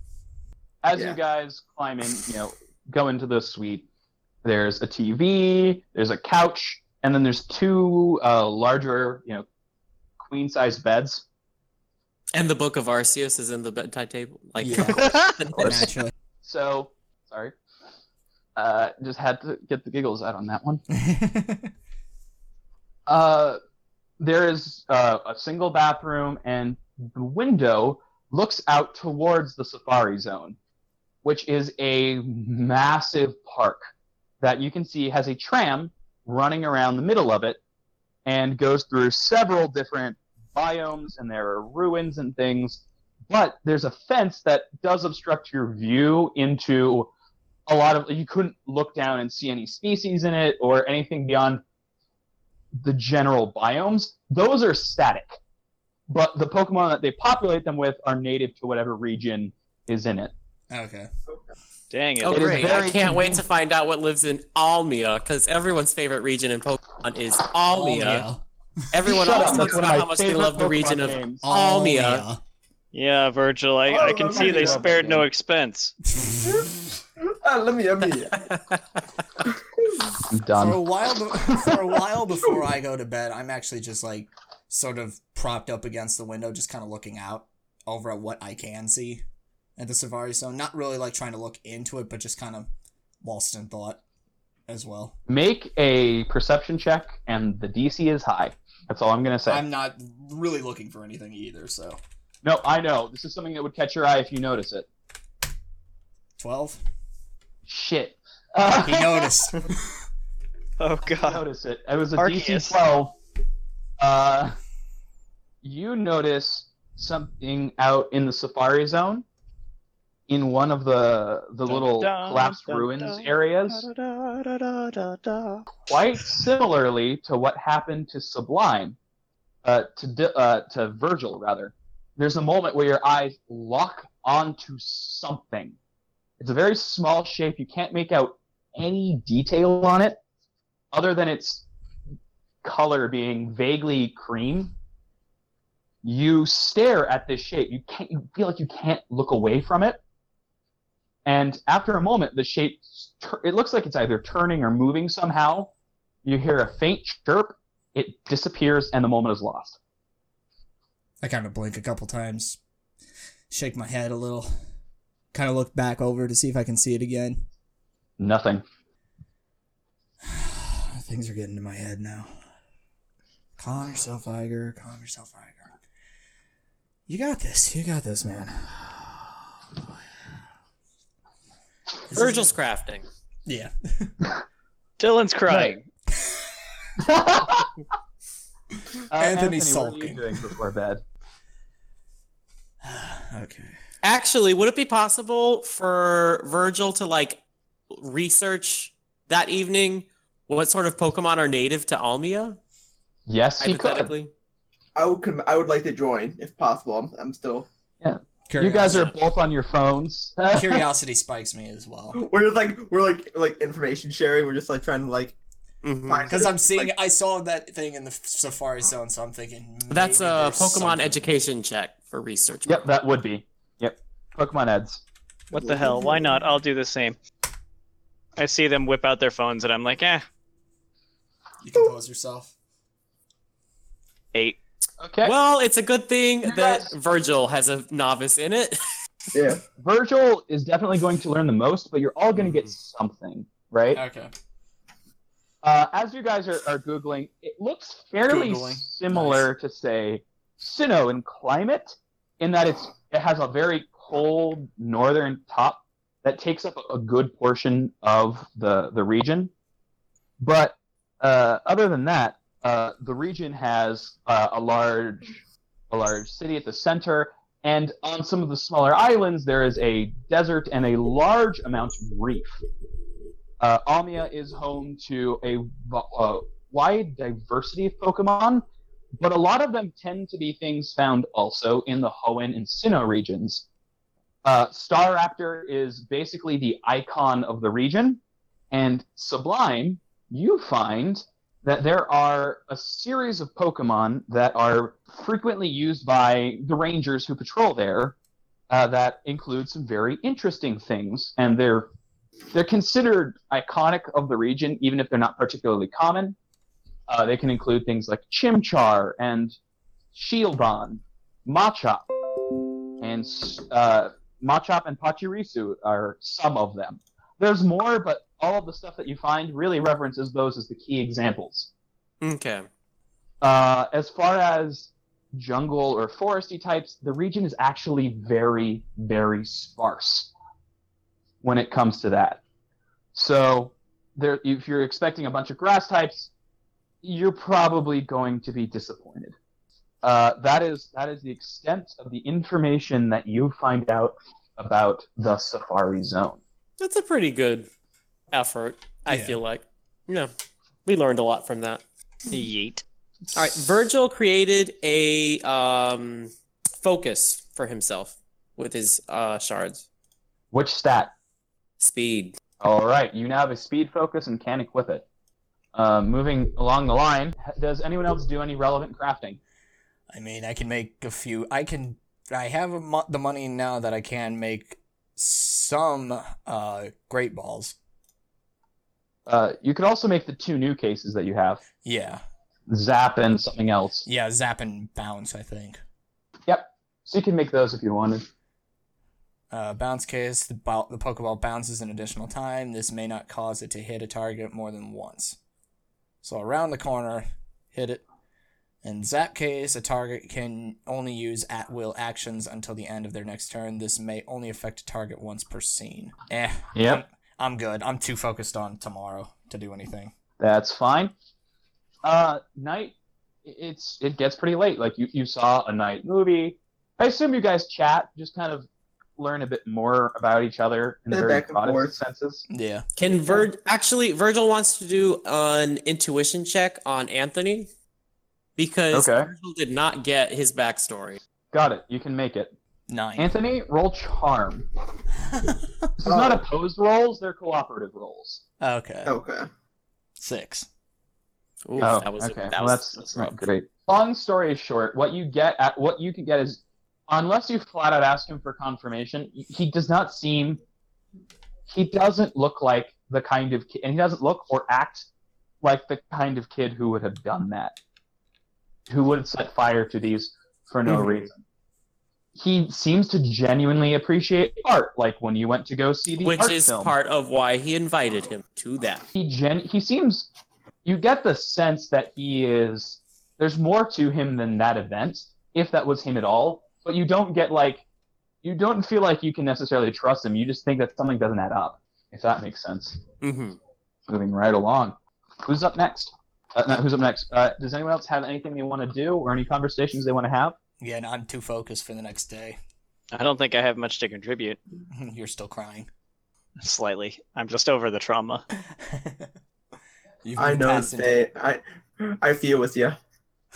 as
Yeah.
you guys climb in, you know, go into the suite. There's a TV, there's a couch, and then there's two uh, larger, you know, queen size beds.
And the book of Arceus is in the bedside table. Like
Yeah. Naturally.
So sorry, uh, just had to get the giggles out on that one. Uh, there is uh, a single bathroom, and the window looks out towards the safari zone, which is a massive park that you can see has a tram running around the middle of it and goes through several different biomes, and there are ruins and things. But there's a fence that does obstruct your view into a lot of. You couldn't look down and see any species in it or anything beyond the general biomes, those are static. But the Pokemon that they populate them with are native to whatever region is in it.
okay.
Dang it.
Oh
It is
great! I
very
can't wait to find out what lives in Almia because everyone's favorite region in Pokemon is Almia. Everyone
Shut
always
up, that's
talks
one of
about
my
how much they
favorite
love the
Pokemon
region of
names.
Almia.
Yeah, Virgil, I,
Oh,
I can
I'm
see
happy
they
about that
spared
game.
no expense.
Ah, let me, let me.
I'm
Um,
for a
done.
while, be- for a while before I go to bed, I'm actually just like sort of propped up against the window, just kind of looking out over at what I can see at the Savari Zone. Not really like trying to look into it, but just kind of lost in thought as well.
Make a perception check, and the DC is high. That's all I'm going to say.
I'm not really looking for anything either. So
No, I know. This is something that would catch your eye if you notice it.
twelve.
Shit. Uh,
He noticed.
Oh,
I
God.
notice it. It was a
Arceus.
DC 12. Uh, you notice something out in the safari zone in one of the the
Dun,
little
dun,
collapsed
dun,
ruins
dun,
areas quite similarly to what happened to Sublime uh, to Di- uh, to Virgil rather there's a moment where your eyes lock onto something it's a very small shape you can't make out any detail on it other than its color being vaguely cream, you stare at this shape. You can't. You feel like you can't look away from it. And after a moment, the shape tur- it looks like it's either turning or moving somehow. You hear a faint chirp. It disappears, and the moment is lost.
I kind of blink a couple times, shake my head a little, kind of look back over to see if I can see it again.
Nothing.
Things are getting to my head now. Calm yourself, Iger. Calm yourself, Iger. You got this. You got this, man. This is-
Virgil's crafting.
Yeah.
Dylan's crying.
Uh,
Anthony's
Anthony, what are
sulking.
you doing before bed?
okay.
Actually, would it be possible for Virgil to like research that evening what sort of Pokemon are native to Almia?
Yes, he could.
Hypothetically.
I would, com- I would like to join if possible. I'm, I'm still.
You guys are both on your phones.
Curiosity spikes me as well.
We're just like, we're like, like information sharing. We're just like trying to like
Mhm.
find.
Because I'm seeing,
Like,
I saw that thing in the Safari Zone, so I'm thinking.
That's
maybe
a
there's
Pokemon
something.
education check for research.
yep, that would be. Yep. Pokemon Eds.
What the hell? Why not? I'll do the same. I see them whip out their phones, and I'm like, eh,
You compose yourself.
eight.
Okay.
Well, it's a good thing
You
that
guys-
Virgil has a novice in it.
yeah.
Virgil is definitely going to learn the most, but you're all going to get something, right?
Okay.
Uh, as you guys are, are Googling, it looks fairly
Googling.
similar to, say, Sinnoh in climate, in that it's it has a very cold northern top that takes up a good portion of the, the region. But uh, other than that, uh, the region has uh, a large a large city at the center, and on some of the smaller islands, there is a desert and a large amount of reef. Uh, Almia is home to a vo- uh, wide diversity of Pokemon, but a lot of them tend to be things found also in the Hoenn and Sinnoh regions. Uh, Staraptor is basically the icon of the region, and Sublime, you find that there are a series of Pokemon that are frequently used by the rangers who patrol there uh, that include some very interesting things, and they're they're considered iconic of the region, even if they're not particularly common. Uh, they can include things like Chimchar and Shieldon, Machop, and uh, Machop and Pachirisu are some of them. There's more, but all of the stuff that you find really references those as the key examples.
Okay.
Uh, as far as jungle or foresty types, the region is actually very, very sparse when it comes to that. So, there, if you're expecting a bunch of grass types, you're probably going to be disappointed. Uh, that is that is the extent of the information that you find out about the Safari Zone.
That's a pretty good effort, I
Yeah.
feel like. Yeah. We learned a lot from that.
Yeet.
All right, Virgil created a um, focus for himself with his uh, shards.
Which stat?
Speed.
All right, you now have a speed focus and can equip it. Uh, moving along the line, does anyone else do any relevant crafting?
I mean, I can make a few. I can. I have a mo- the money now that I can make some uh great balls.
Uh, you could also make the two new cases that you have,
Yeah,
zap and something else.
yeah. Zap and bounce. I think.
So you can make those if you wanted.
Uh, bounce case. The bo- the Pokeball bounces an additional time. This may not cause it to hit a target more than once. So around the corner, hit it. In zap case, a target can only use at will actions until the end of their next turn. This may only affect a target once per scene. Eh.
Yep.
I'm, I'm good. I'm too focused on tomorrow to do anything.
That's fine. Uh, night. It's it gets pretty late. Like you, you saw a night movie. I assume you guys chat, just kind of learn a bit more about each other in the
Yeah,
very
back and forth.
broadest senses.
Yeah.
Can Vir- actually Virgil wants to do an intuition check on Anthony because
Okay.
Virgil did not get his backstory.
Got it. You can make it.
Nine.
Anthony, roll charm. this is not opposed rolls; they're cooperative rolls.
okay.
Okay.
Six.
Ooh,
oh,
that was
okay.
that
well,
was
that's, that's not great. Long story short, what you get at what you can get is, unless you flat out ask him for confirmation, he does not seem. He doesn't look like the kind of kid, and he doesn't look or act like the kind of kid who would have done that, who would have set fire to these for no reason. He seems to genuinely appreciate art, like when you went to go see the
which
art
is
film
part of why he invited him to that.
he gen he seems you get the sense that he is there's more to him than that event if that was him at all but you don't get like you don't feel like you can necessarily trust him you just think that something doesn't add up if that makes sense
hmm
moving right along who's up next uh, not who's up next uh, does anyone else have anything they want to do or any conversations they want to have
Yeah, and I'm too focused for the next day.
I don't think I have much to contribute.
You're still crying.
Slightly. I'm just over the trauma.
You've
I
moved
know
past
the
it.
pain. I I feel with you.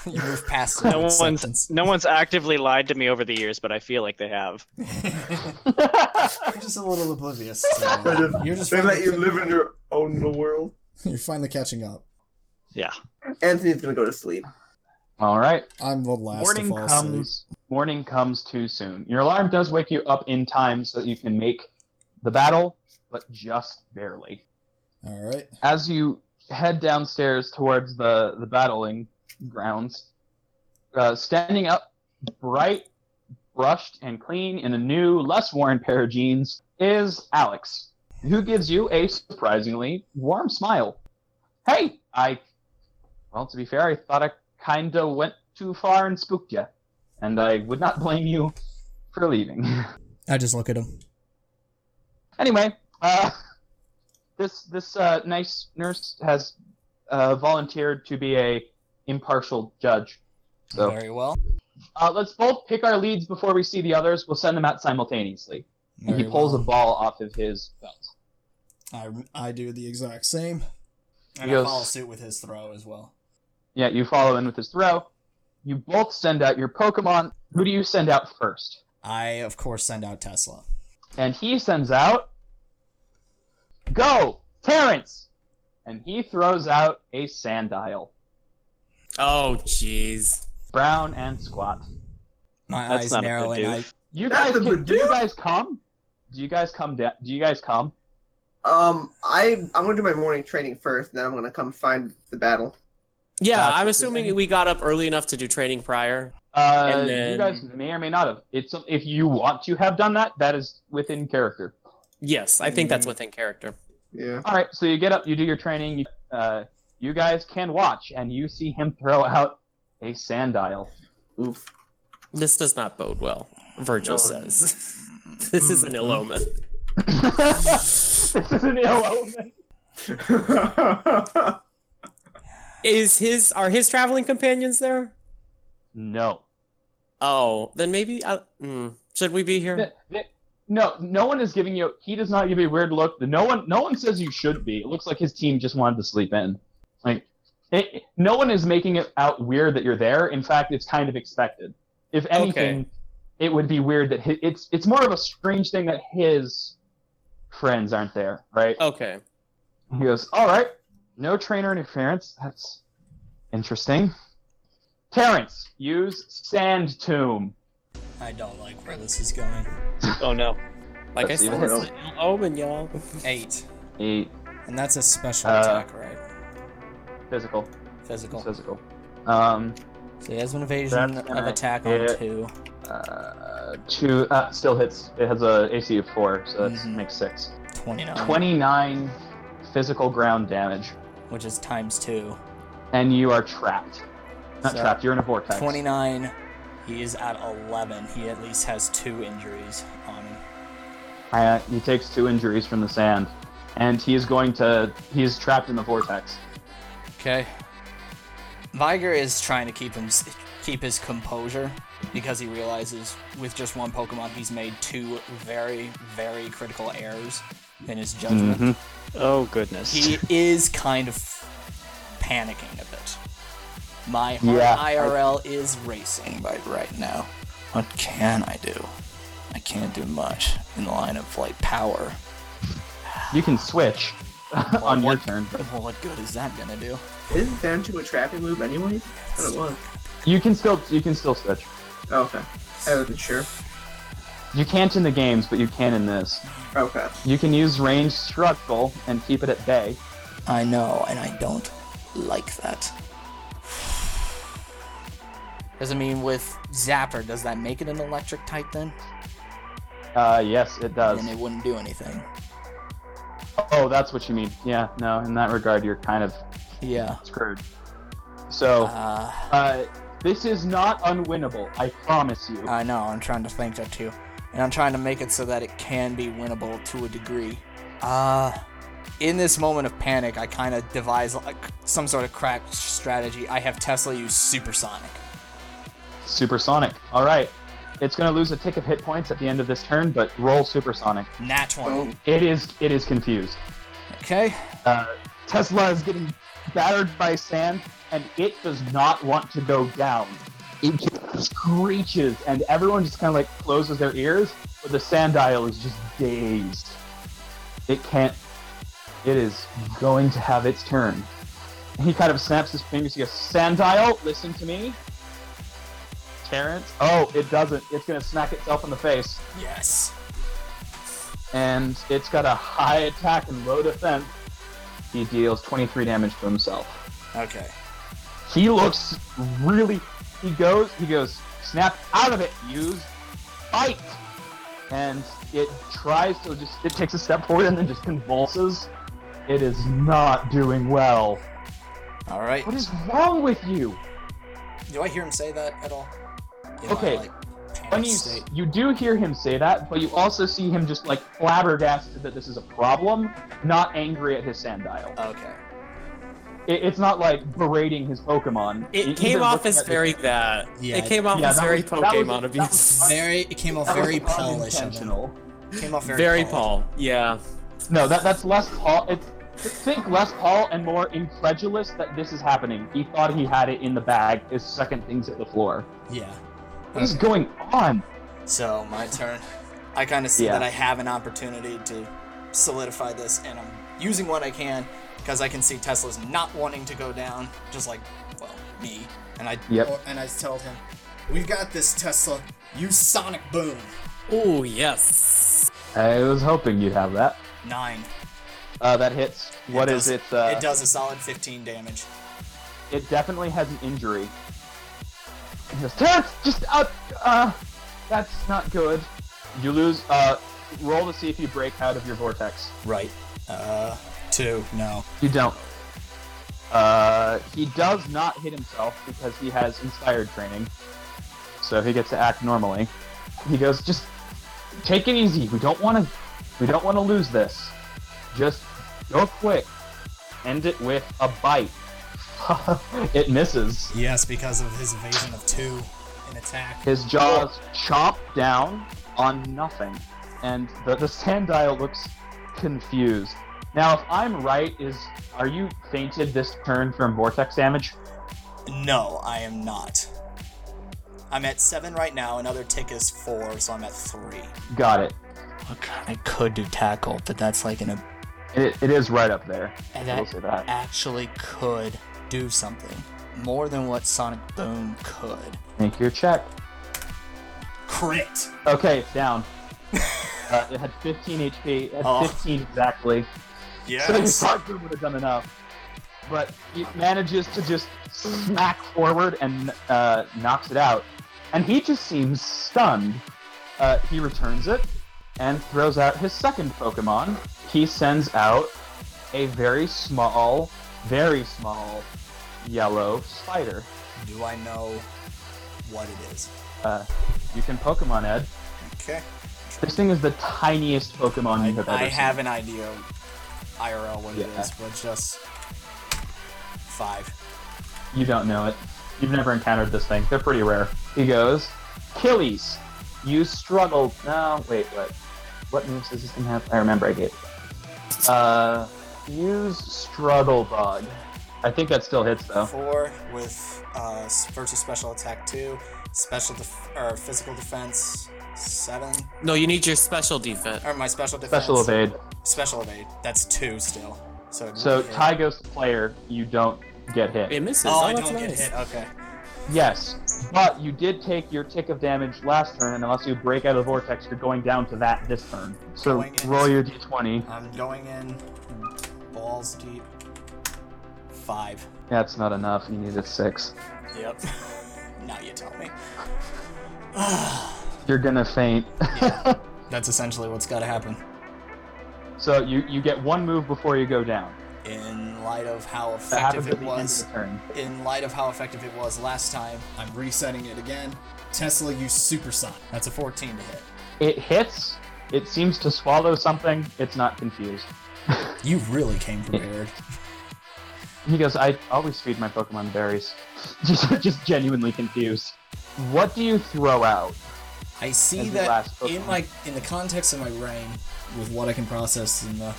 You moved past
No one's no one's actively lied to me over the years, but I feel like they have.
You're just a little oblivious. to it. You're just
They let
finally,
you live in your own world.
You're finally catching up.
Yeah.
Anthony's gonna go to sleep.
all right
I'm the last to
morning
fall asleep.
comes morning comes too soon your alarm does wake you up in time so that you can make the battle but just barely
All right.
as you head downstairs towards the, the battling grounds, uh, standing up, bright, brushed, and clean in a new, less worn pair of jeans, is Alex, who gives you a surprisingly warm smile. Hey, I. Well, to be fair, I thought I kinda went too far and spooked you, and I would not blame you for leaving.
I just look at him.
anyway, uh, this this uh, nice nurse has uh, volunteered to be a impartial judge. So
Very well.
uh, let's both pick our leads before we see the others. We'll send them out simultaneously. And
Very
he pulls
well.
a ball off of his belt.
I, I do the exact same.
And
He
I
goes-
follow suit with his throw as well.
Yeah, you follow in with his throw. You both send out your Pokemon. Who do you send out first?
I, of course, send out Tesla.
And he sends out. Go, Terrence! And he throws out a Sandile.
Oh, jeez.
Brown and squat.
My
That's
eyes
not a
narrow and I.
Bidoof.
You
That's
guys,
a
can, do you
Bidoof!
guys come? Do you guys come? Da- do you guys come?
Um, I I'm gonna do my morning training first, and then I'm gonna come find the battle.
Yeah,
Gotcha.
I'm assuming we got up early enough to do training prior.
Uh,
And then-
You guys may or may not have. It's if you want to have done that, that is within character.
Yes, I think that's within character.
Yeah.
All right, so you get up, you do your training. You, uh, you guys can watch, and you see him throw out a Sandile.
Oof.
This does not bode well, Virgil says. this is an ill omen.
this is an ill omen.
Is his are his traveling companions there?
No.
Oh, then maybe I, mm, should we be here?
Th- th- No, no one is giving you. He does not give you a weird look. No one, no one says you should be. It looks like his team just wanted to sleep in. Like, it, no one is making it out weird that you're there. In fact, it's kind of expected. If anything, it would be weird that hi it's it's more of a strange thing that his friends aren't there, right?
Okay.
He goes, All right, no trainer interference. That's interesting. Terrence, use Sand Tomb.
I don't like where this is going.
Oh no.
Like
Let's
I
see
said,
what
it's
else.
an ill omen, y'all.
Eight.
Eight
And that's a special
Uh,
attack, right?
physical.
Physical. So
Physical. Um,
he has an evasion
That's
of
gonna
attack on
hit.
two.
uh, two uh, still hits. It has a AC of four, so that
Mhm.
makes six.
29.
Twenty-nine physical ground damage,
Which is times two.
and you are trapped. Not
So,
trapped. You're in a vortex.
29. He is at 11. He at least has two injuries on him.
Uh, he takes two injuries from the sand, and he is going to. He is trapped in the vortex.
Okay. Viger is trying to keep him keep his composure because he realizes with just one Pokemon he's made two very very critical errors in his judgment.
Mm-hmm.
Oh goodness.
He is kind of panicking a bit. My heart
Yeah.
IRL is racing by right now. What can I do? I can't do much in the line of like power.
You can switch on your
what,
turn.
Well, what good is that gonna do?
Isn't Bantu a trapping move anyway? I thought it was.
You can still you can still switch.
Oh, okay. I wasn't sure.
You can't in the games, but you can in this.
Okay.
You can use range struggle and keep it at bay.
I know, and I don't like that. Doesn't mean with Zapper, does that make it an electric type then?
Uh, yes, it does.
Then it wouldn't do anything.
Oh, that's what you mean. Yeah, no, in that regard, you're kind of
Yeah.
screwed. So,
Uh,
uh, this is not unwinnable. I promise you.
I know, I'm trying to think that too. And I'm trying to make it so that it can be winnable to a degree. Uh, in this moment of panic, I kind of devise like some sort of crack strategy. I have Tesla use supersonic.
Supersonic. All right. It's going to lose a tick of hit points at the end of this turn, but roll supersonic.
Nat 20.
It is. It is confused.
Okay.
Uh, Tesla is getting battered by sand, and it does not want to go down. It just screeches, and everyone just kind of like closes their ears, but the sand dial is just dazed. It can't. It is going to have its turn. He kind of snaps his fingers. He goes, Sandile, listen to me. Terrence. Oh, it doesn't. It's going to smack itself in the face.
Yes.
And it's got a high attack and low defense. He deals 23 damage to himself.
Okay.
He looks really. He goes. He goes. Snap out of it. Use bite. And it tries to just. It takes a step forward and then just convulses. It is not doing well.
All right.
What is wrong with you?
Do I hear him say that at all? You know,
Okay.
I, like, panic
When you
state.
you do hear him say that, but you also see him just like flabbergasted that this is a problem, not angry at his sandile.
Okay.
It, it's not like berating his Pokemon.
It
He's
came
been
off
looking
as
at this-
very that.
Yeah,
it came off
yeah,
as
that
very
was- that was-
Pokemon
that
abuse.
was-
Very, it came off
that was
very Polish. of him.
unintentional.
Came off very,
Very
Paul.
Paul. Yeah.
No, that that's less Paul. It's Think less Paul and more incredulous that this is happening. He thought he had it in the bag, is second things at the floor.
Yeah.
What is going on?
So my turn. I kind of see
Yeah.
that I have an opportunity to solidify this, and I'm using what I can because I can see Tesla's not wanting to go down, just like well me. And I
Oh, and I told him, "We've got this, Tesla. You sonic boom."
Oh yes.
I was hoping you'd have that.
nine.
Uh, that hits. What is it? Uh,
it does a solid 15 damage.
It definitely has an injury. He goes, Terrence, just up. Uh, that's not good. You lose. Uh, roll to see if you break out of your vortex.
Right. Uh, two. No.
You don't. Uh, he does not hit himself because he has inspired training, so he gets to act normally. He goes, just take it easy. We don't want to. We don't want to lose this. Just go quick. End it with a bite. it misses.
Yes, because of his evasion of two in attack.
His jaws chomp down on nothing, and the, the Sandile looks confused. Now, if I'm right, is are you fainted this turn from vortex damage?
No, I am not. I'm at seven right now. Another tick is four, so I'm at three.
Got it.
I could do tackle, but that's like an
It, it is right up there.
And
I will
that,
say that.
actually could do something more than what Sonic Boom could.
Make your check.
Crit.
Okay, it's down. uh, it had 15 HP. At
Oh.
15 exactly. So you probably would have done enough. But he manages to just smack forward and uh, knocks it out. And he just seems stunned. Uh, he returns it and throws out his second Pokemon. He sends out a very small, very small yellow spider.
Do I know what it is?
Uh, you can Pokemon Ed.
Okay.
This thing is the tiniest Pokemon you have ever
I
seen.
have an idea IRL what it
Yeah.
is, but just five.
You don't know it. You've never encountered this thing. They're pretty rare. He goes, Killies, you struggle. No, wait, what? What moves does this thing have? I remember I gave. Uh, use struggle bug. I think that still hits though.
Four with uh, s- virtue special attack two, special def- or physical defense seven,
No, you need your special defense.
or my special defense.
Special evade.
Special evade. That's two still. So it
So
won't hit.
tie goes to player. You don't get hit.
It misses.
Oh, I
that's
don't get
nice.
hit. Okay.
Yes, but you did take your tick of damage last turn, and unless you break out of the vortex, you're going down to that this turn. So
Going in.
roll your d20.
I'm going in balls deep. Five.
That's not enough. You needed six.
Yep. now you tell me.
You're gonna faint.
That's essentially what's got to happen.
So you, you get one move before you go down.
In light of how
That happens
effective
at
it
the end
was,
of the turn.
in light of how effective it was last time,
I'm resetting it again. Tesla, you supersonic.
that's a 14 to hit.
It hits. It seems to swallow something. It's not confused.
You really came prepared.
He goes, I always feed my Pokemon berries. just, just genuinely confused. What do you throw out?
I see
As the
that
last
in
Pokemon.
my in the context of my brain, with what I can process in the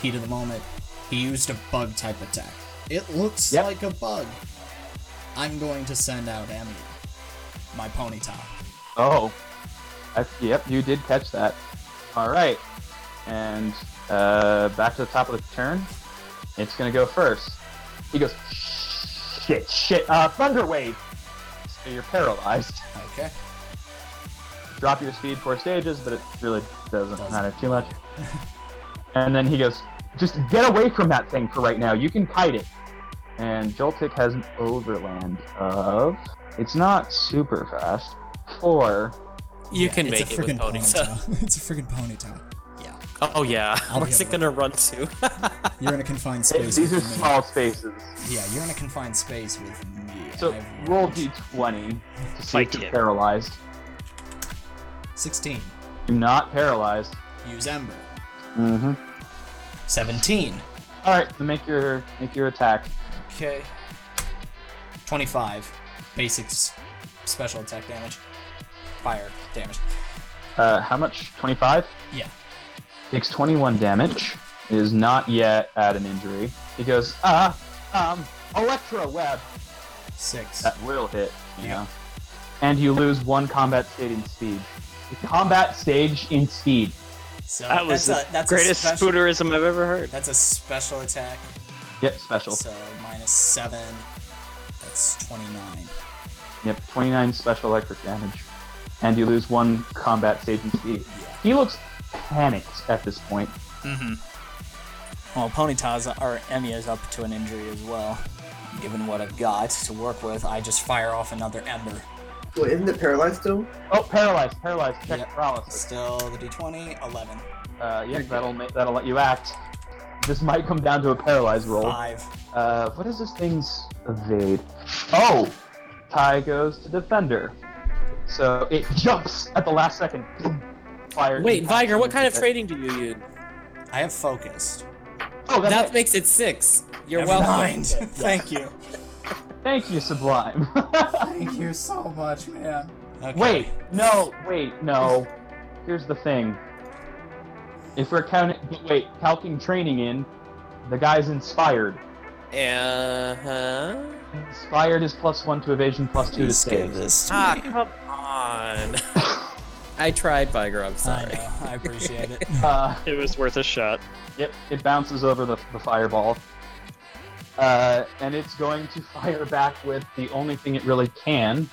heat of the moment, he used a bug type attack. It looks
Yep.
like a bug. I'm going to send out Amy, my ponytail.
Oh. I, yep, you did catch that. All right. And uh, back to the top of the turn. It's going to go first. He goes, shit, shit, uh, Thunder Wave. So you're paralyzed.
Okay.
drop your speed four stages, but it really doesn't matter too much. and then he goes, just get away from that thing for right now. You can kite it. And Joltik has an overland of. It's not super fast. Four.
You
Yeah,
can
it's
make
a
it with
frickin'
Ponyta.
ponytail. it's a freaking ponytail.
Oh yeah.
I'll
Where's
be
it
able
gonna run to?
You're in a confined space.
These are
with me.
small spaces.
Yeah, you're in a confined space with me.
So
I've-
roll d20 to see
Fight
if you're
him.
paralyzed.
16.
You're not paralyzed.
Use Ember.
Mm-hmm.
17.
All right, so make your make your attack.
Okay.
25. Basics. Special attack damage.
Fire damage.
Uh, how much? 25.
Yeah.
Takes 21 damage. is not yet at an injury. He goes, ah, um, Electro Web.
Six.
That will hit. Yeah. And you lose one combat stage in speed. Combat stage in speed.
So
That was
that's
the
a, that's
greatest
a special,
spoonerism I've ever heard.
That's a special attack.
Yep, special.
So minus seven. That's twenty-nine.
Yep, 29 special electric damage. And you lose one combat stage in speed. He looks panicked at this point.
Mm-hmm. Well, Ponyta's or Emiya's up to an injury as well. Given what I've got to work with, I just fire off another ember.
Wait, isn't it paralyzed still?
Oh, paralyzed, paralyzed. Check
Yep.
paralysis.
Still the d20, eleven.
Uh, yeah, that'll ma- that'll let you act. This might come down to a paralyzed roll.
Five.
Uh, what is this thing's evade? Oh, Ty goes to defender. So it jumps at the last second. Boom. Fires.
Wait, Viger, what kind of trading do you use?
I have focused.
Oh, that's
that
it.
makes it six. You're
Never
welcome.
mind. Thank you.
Thank you, Sublime.
Thank you so much, man.
Okay.
wait, no, wait, no. Here's the thing. If we're counting, but wait, calcing training in, the guy's inspired.
Uh huh.
Inspired is plus one to evasion, plus two to
Please give
save.
this to
Ah,
me.
come on. I tried, Viger. I'm
I
sorry.
know. I appreciate it.
Uh,
It was worth a shot.
Yep, it bounces over the, the fireball. Uh, and it's going to fire back with the only thing it really can.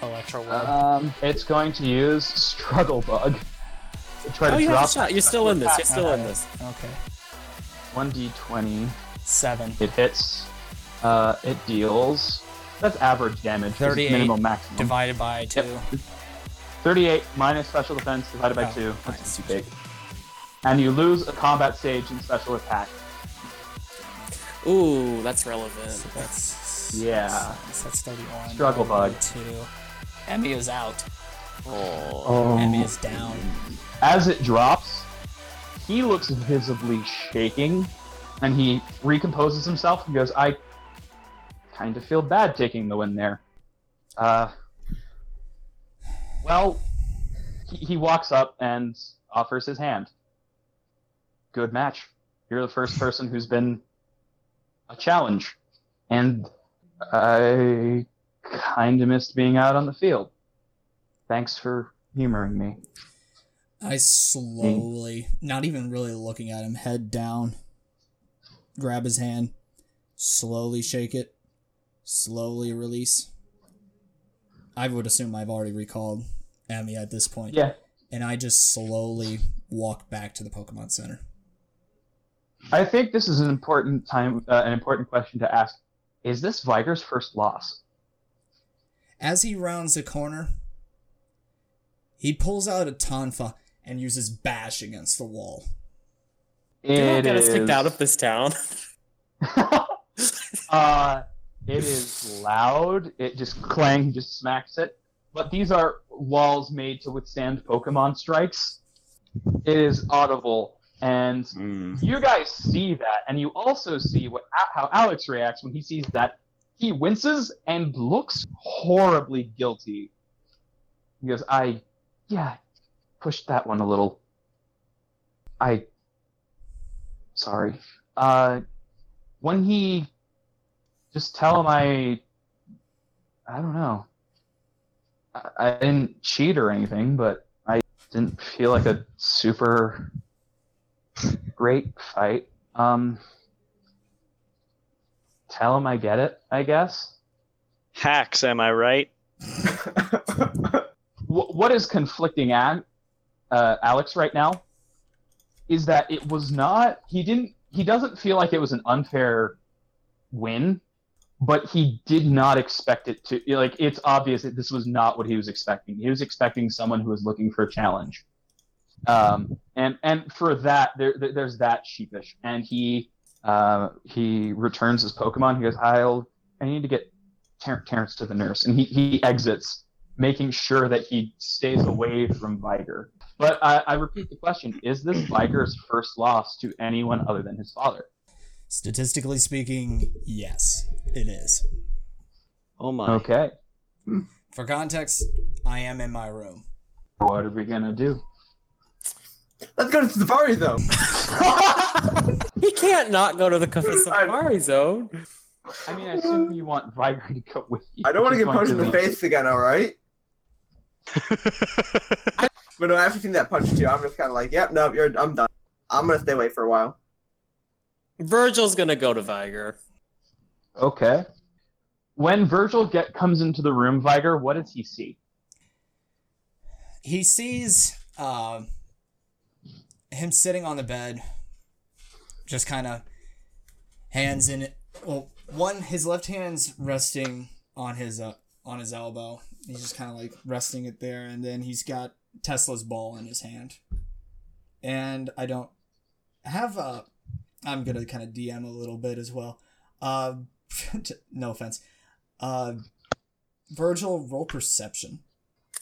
Electro Web.
Um, it's going to use Struggle Bug to try
Oh,
to
you have a
drop
shot. You're still in this. You're still in this.
Okay.
1d20.
Seven.
It hits. Uh, it deals. That's average damage. 'cause it's
38
Minimum maximum.
Divided by two.
38 minus special defense divided by
Oh,
2.
minus
That's too
two.
big. And you lose a combat stage in special attack.
Ooh, that's relevant.
So that's
Yeah.
That's, that's thirty-one.
Struggle bug.
Two. Emiya's out.
Oh.
Emiya's down.
As it drops, he looks visibly shaking and he recomposes himself and goes, I kind of feel bad taking the win there. Uh, well, he, he walks up and offers his hand. Good match. You're the first person who's been a challenge. And I kind of missed being out on the field. Thanks for humoring me.
Mm-hmm.
I slowly, not even really looking at him, head down, grab his hand, slowly shake it, slowly release. I would assume I've already recalled Amy at this point.
Yeah,
And I just slowly walk back to the Pokemon Center.
I think this is an important time, uh, an important question to ask. Is this Viger's first loss?
As he rounds the corner, he pulls out a Tonfa and uses Bash against the wall.
You're
It
not gonna
is-
stick out of this town.
uh, it is loud. It just clang, just smacks it. But these are walls made to withstand Pokemon strikes. It is audible, and you guys see that, and you also see what how Alex reacts when he sees that. He winces and looks horribly guilty. He goes, "I, yeah, pushed that one a little. I, sorry. Uh, when he, just tell him I, I don't know. I, I didn't cheat or anything, but I didn't feel like a super." great fight. Um, tell him I get it, I guess.
Hacks, am I right?
Wh- what is conflicting at uh, Alex right now is that it was not. He didn't. He doesn't feel like it was an unfair win, but he did not expect it to. Like it's obvious that this was not what he was expecting. He was expecting someone who was looking for a challenge. Um, and and for that, there, there there's that sheepish, and he uh, he returns his Pokemon. He goes, "I'll I need to get Ter- Terrence to the nurse," and he he exits making sure that he stays away from Viger. But I, I repeat the question: Is this Viger's first loss to anyone other than his father?
Statistically speaking, yes, it is.
Oh my.
Okay,
For context, I am in my room.
what are we gonna do?
Let's go to Safari Zone.
he can't not go to the Safari Zone.
I mean, I assume you want Viger to go with you.
I don't want to
Just
get punched in the
leave.
face again, all right? but no, after seeing that punch too, I'm just kind of like, yep, no, you're, I'm done. I'm gonna stay away for a while.
Virgil's gonna go to Viger.
Okay. When Virgil get comes into the room, Viger, what does he see?
he sees um him sitting on the bed, just kind of hands in it. Well, one his left hand's resting on his uh, on his elbow.
He's just kind of like resting it there, and then he's got Tesla's ball in his hand. And I don't have a. I'm gonna kind of DM a little bit as well. Uh, no offense. Uh, Virgil, roll perception.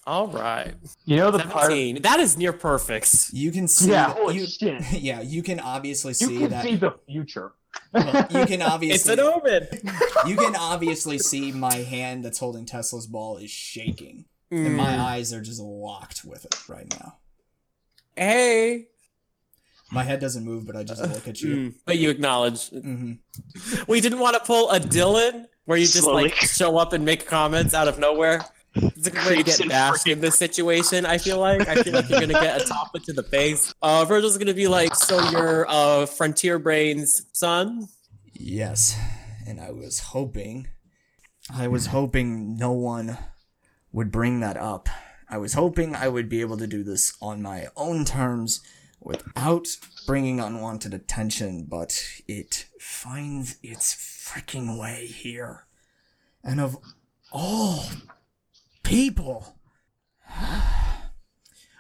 All right.
You know
the part-
17. That is near perfect.
You can see.
Yeah,
that-
holy
you,
shit.
Yeah, you can obviously
You
see
can
that.
see the future.
Well, you can obviously.
It's an omen.
you can obviously see my hand that's holding Tesla's ball is shaking, and my
Mm.
eyes are just locked with it right now.
Hey.
My head doesn't move, but I just look at you.
Mm, But you acknowledge.
Mhm.
We didn't want to pull a Dylan where you just
Slowly.
like show up and make comments out of nowhere. It's a good way to
Creeps
get
and
bashed in this situation. I feel like I feel like you're gonna get a top to the face. Uh, Virgil's gonna be like, "So you're uh, Frontier Brain's son?"
Yes, and I was hoping
I was hoping no one
would bring that up. I was hoping I would be able to do this on my own terms without bringing unwanted attention, but it finds its freaking way here. And of all people,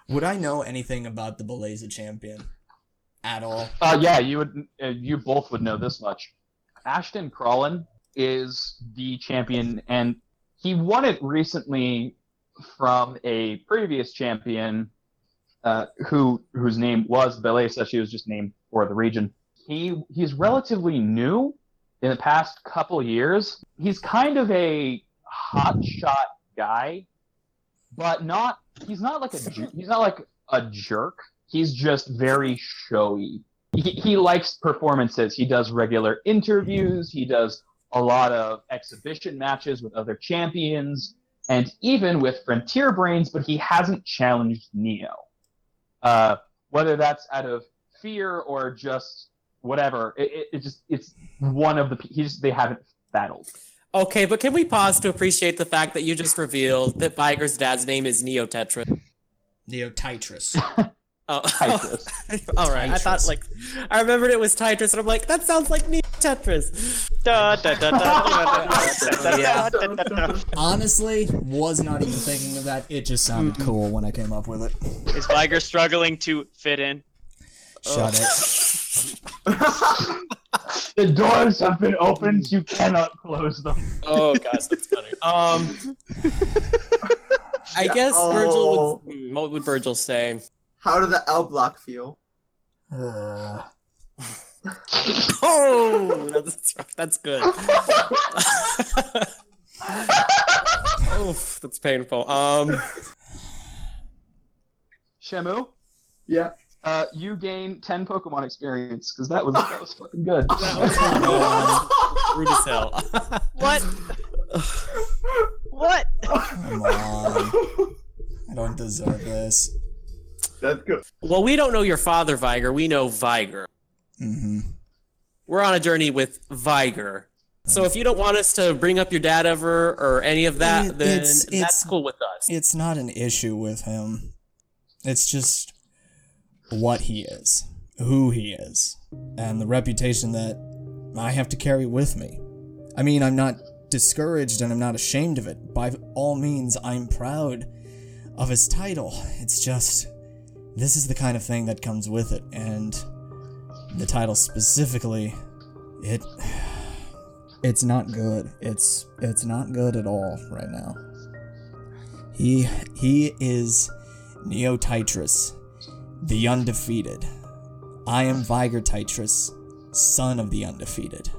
Would I know anything about the Beleza champion at all?
Uh, yeah, you would. Uh, you both would know this much. Ashton Crawlin is the champion, and he won it recently from a previous champion, uh, who whose name was Beleza. She was just named for the region. He he's relatively new in the past couple years. He's kind of a hotshot guy, but not. He's not like a. ju- He's not like a jerk. He's just very showy he, he likes performances. He does regular interviews. He does a lot of exhibition matches with other champions and even with Frontier Brains, but he hasn't challenged Neo. Uh, whether that's out of fear or just whatever, it, it, it just it's one of the pe- he just they haven't battled.
Okay, but can we pause to appreciate the fact that you just revealed that Viger's dad's name is Neo Tetris?
Neo Titrus.
Oh,
Titrus.
all right. I thought
Titrus.
like I remembered it was Titrus, and I'm like, that sounds like Neo Tetris.
Honestly, was not even thinking of that. It just sounded cool when I came up with it.
Is Viger struggling to fit in?
Shut it.
The doors have been opened. You cannot close them.
Oh gosh, that's funny. Um, I guess Virgil would.
Oh.
hmm, What would Virgil say?
How did the L block feel?
Oh, that's that's good. Oof, that's painful. Um,
Shamu,
yeah,
uh, you gain ten Pokemon experience because that was that was fucking good.
rude as hell.
What? what?
Come on. I don't deserve this.
That's good.
Well, we don't know your father, Viger. We know Viger.
hmm
We're on a journey with Viger. So if you don't want us to bring up your dad ever or any of that,
It-
then
it's- it's-
that's cool with us.
It's not an issue with him. It's just what he is, who he is, and the reputation that I have to carry with me. I mean, I'm not discouraged and I'm not ashamed of it. By all means, I'm proud of his title. It's just this is the kind of thing that comes with it, and the title specifically, it it's not good. It's it's not good at all right now. He he is Neo Titrus, the undefeated. I am Viger Titrus, son of the undefeated.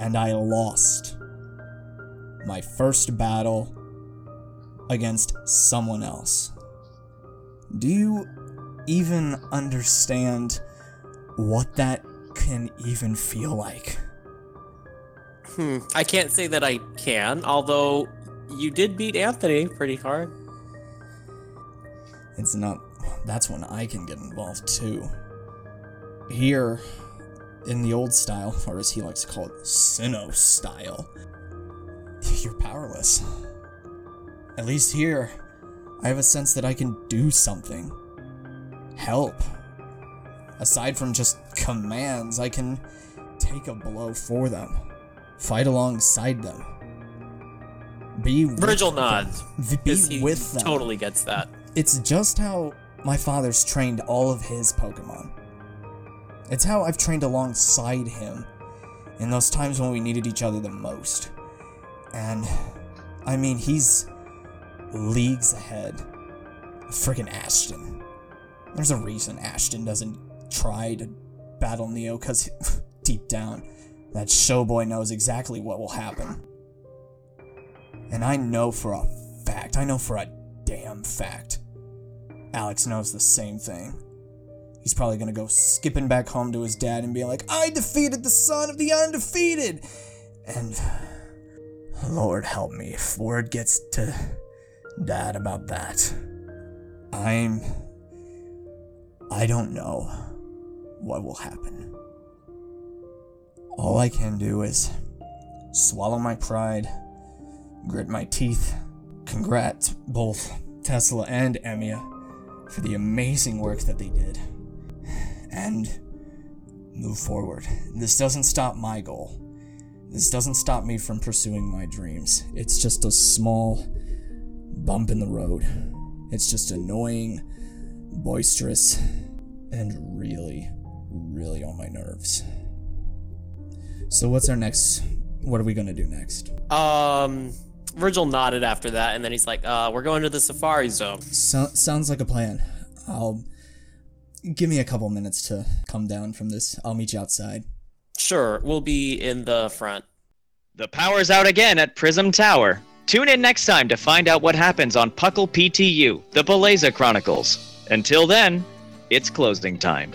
And I lost my first battle against someone else. Do you even understand what that can even feel like.
Hmm. I can't say that I can, although you did beat Anthony pretty hard.
It's not. That's when I can get involved too. Here, in the old style, or as he likes to call it, Sinnoh style, you're powerless. At least here, I have a sense that I can do something. Help. Aside from just commands, I can take a blow for them, fight alongside them, be with
Virgil
them.
nods.
V- Be
'cause he
with them.
Totally gets that.
It's just how my father's trained all of his Pokemon. It's how I've trained alongside him in those times when we needed each other the most. And, I mean, he's leagues ahead. of Frickin' Ashton. There's a reason Ashton doesn't try to battle Neo, because deep down, that showboy knows exactly what will happen. And I know for a fact, I know for a damn fact, Alex knows the same thing. He's probably gonna go skipping back home to his dad and be like, I defeated the son of the undefeated! And Lord help me if word gets to dad about that. I'm. I don't know what will happen. All I can do is swallow my pride, grit my teeth. Congrats, both Tesla and Emia, for the amazing work that they did. And move forward. This doesn't stop my goal. This doesn't stop me from pursuing my dreams. It's just a small bump in the road. It's just annoying, boisterous, and really, really on my nerves. So, what's our next? What are we gonna do next?
Um, Virgil nodded after that, and then he's like, uh, "We're going to the Safari Zone."
So- sounds like a plan. I'll give me a couple minutes to come down from this. I'll meet you outside.
Sure, we'll be in the front.
The power's out again at Prism Tower. Tune in next time to find out what happens on Puckle PTU, the Beleza Chronicles. Until then, it's closing time.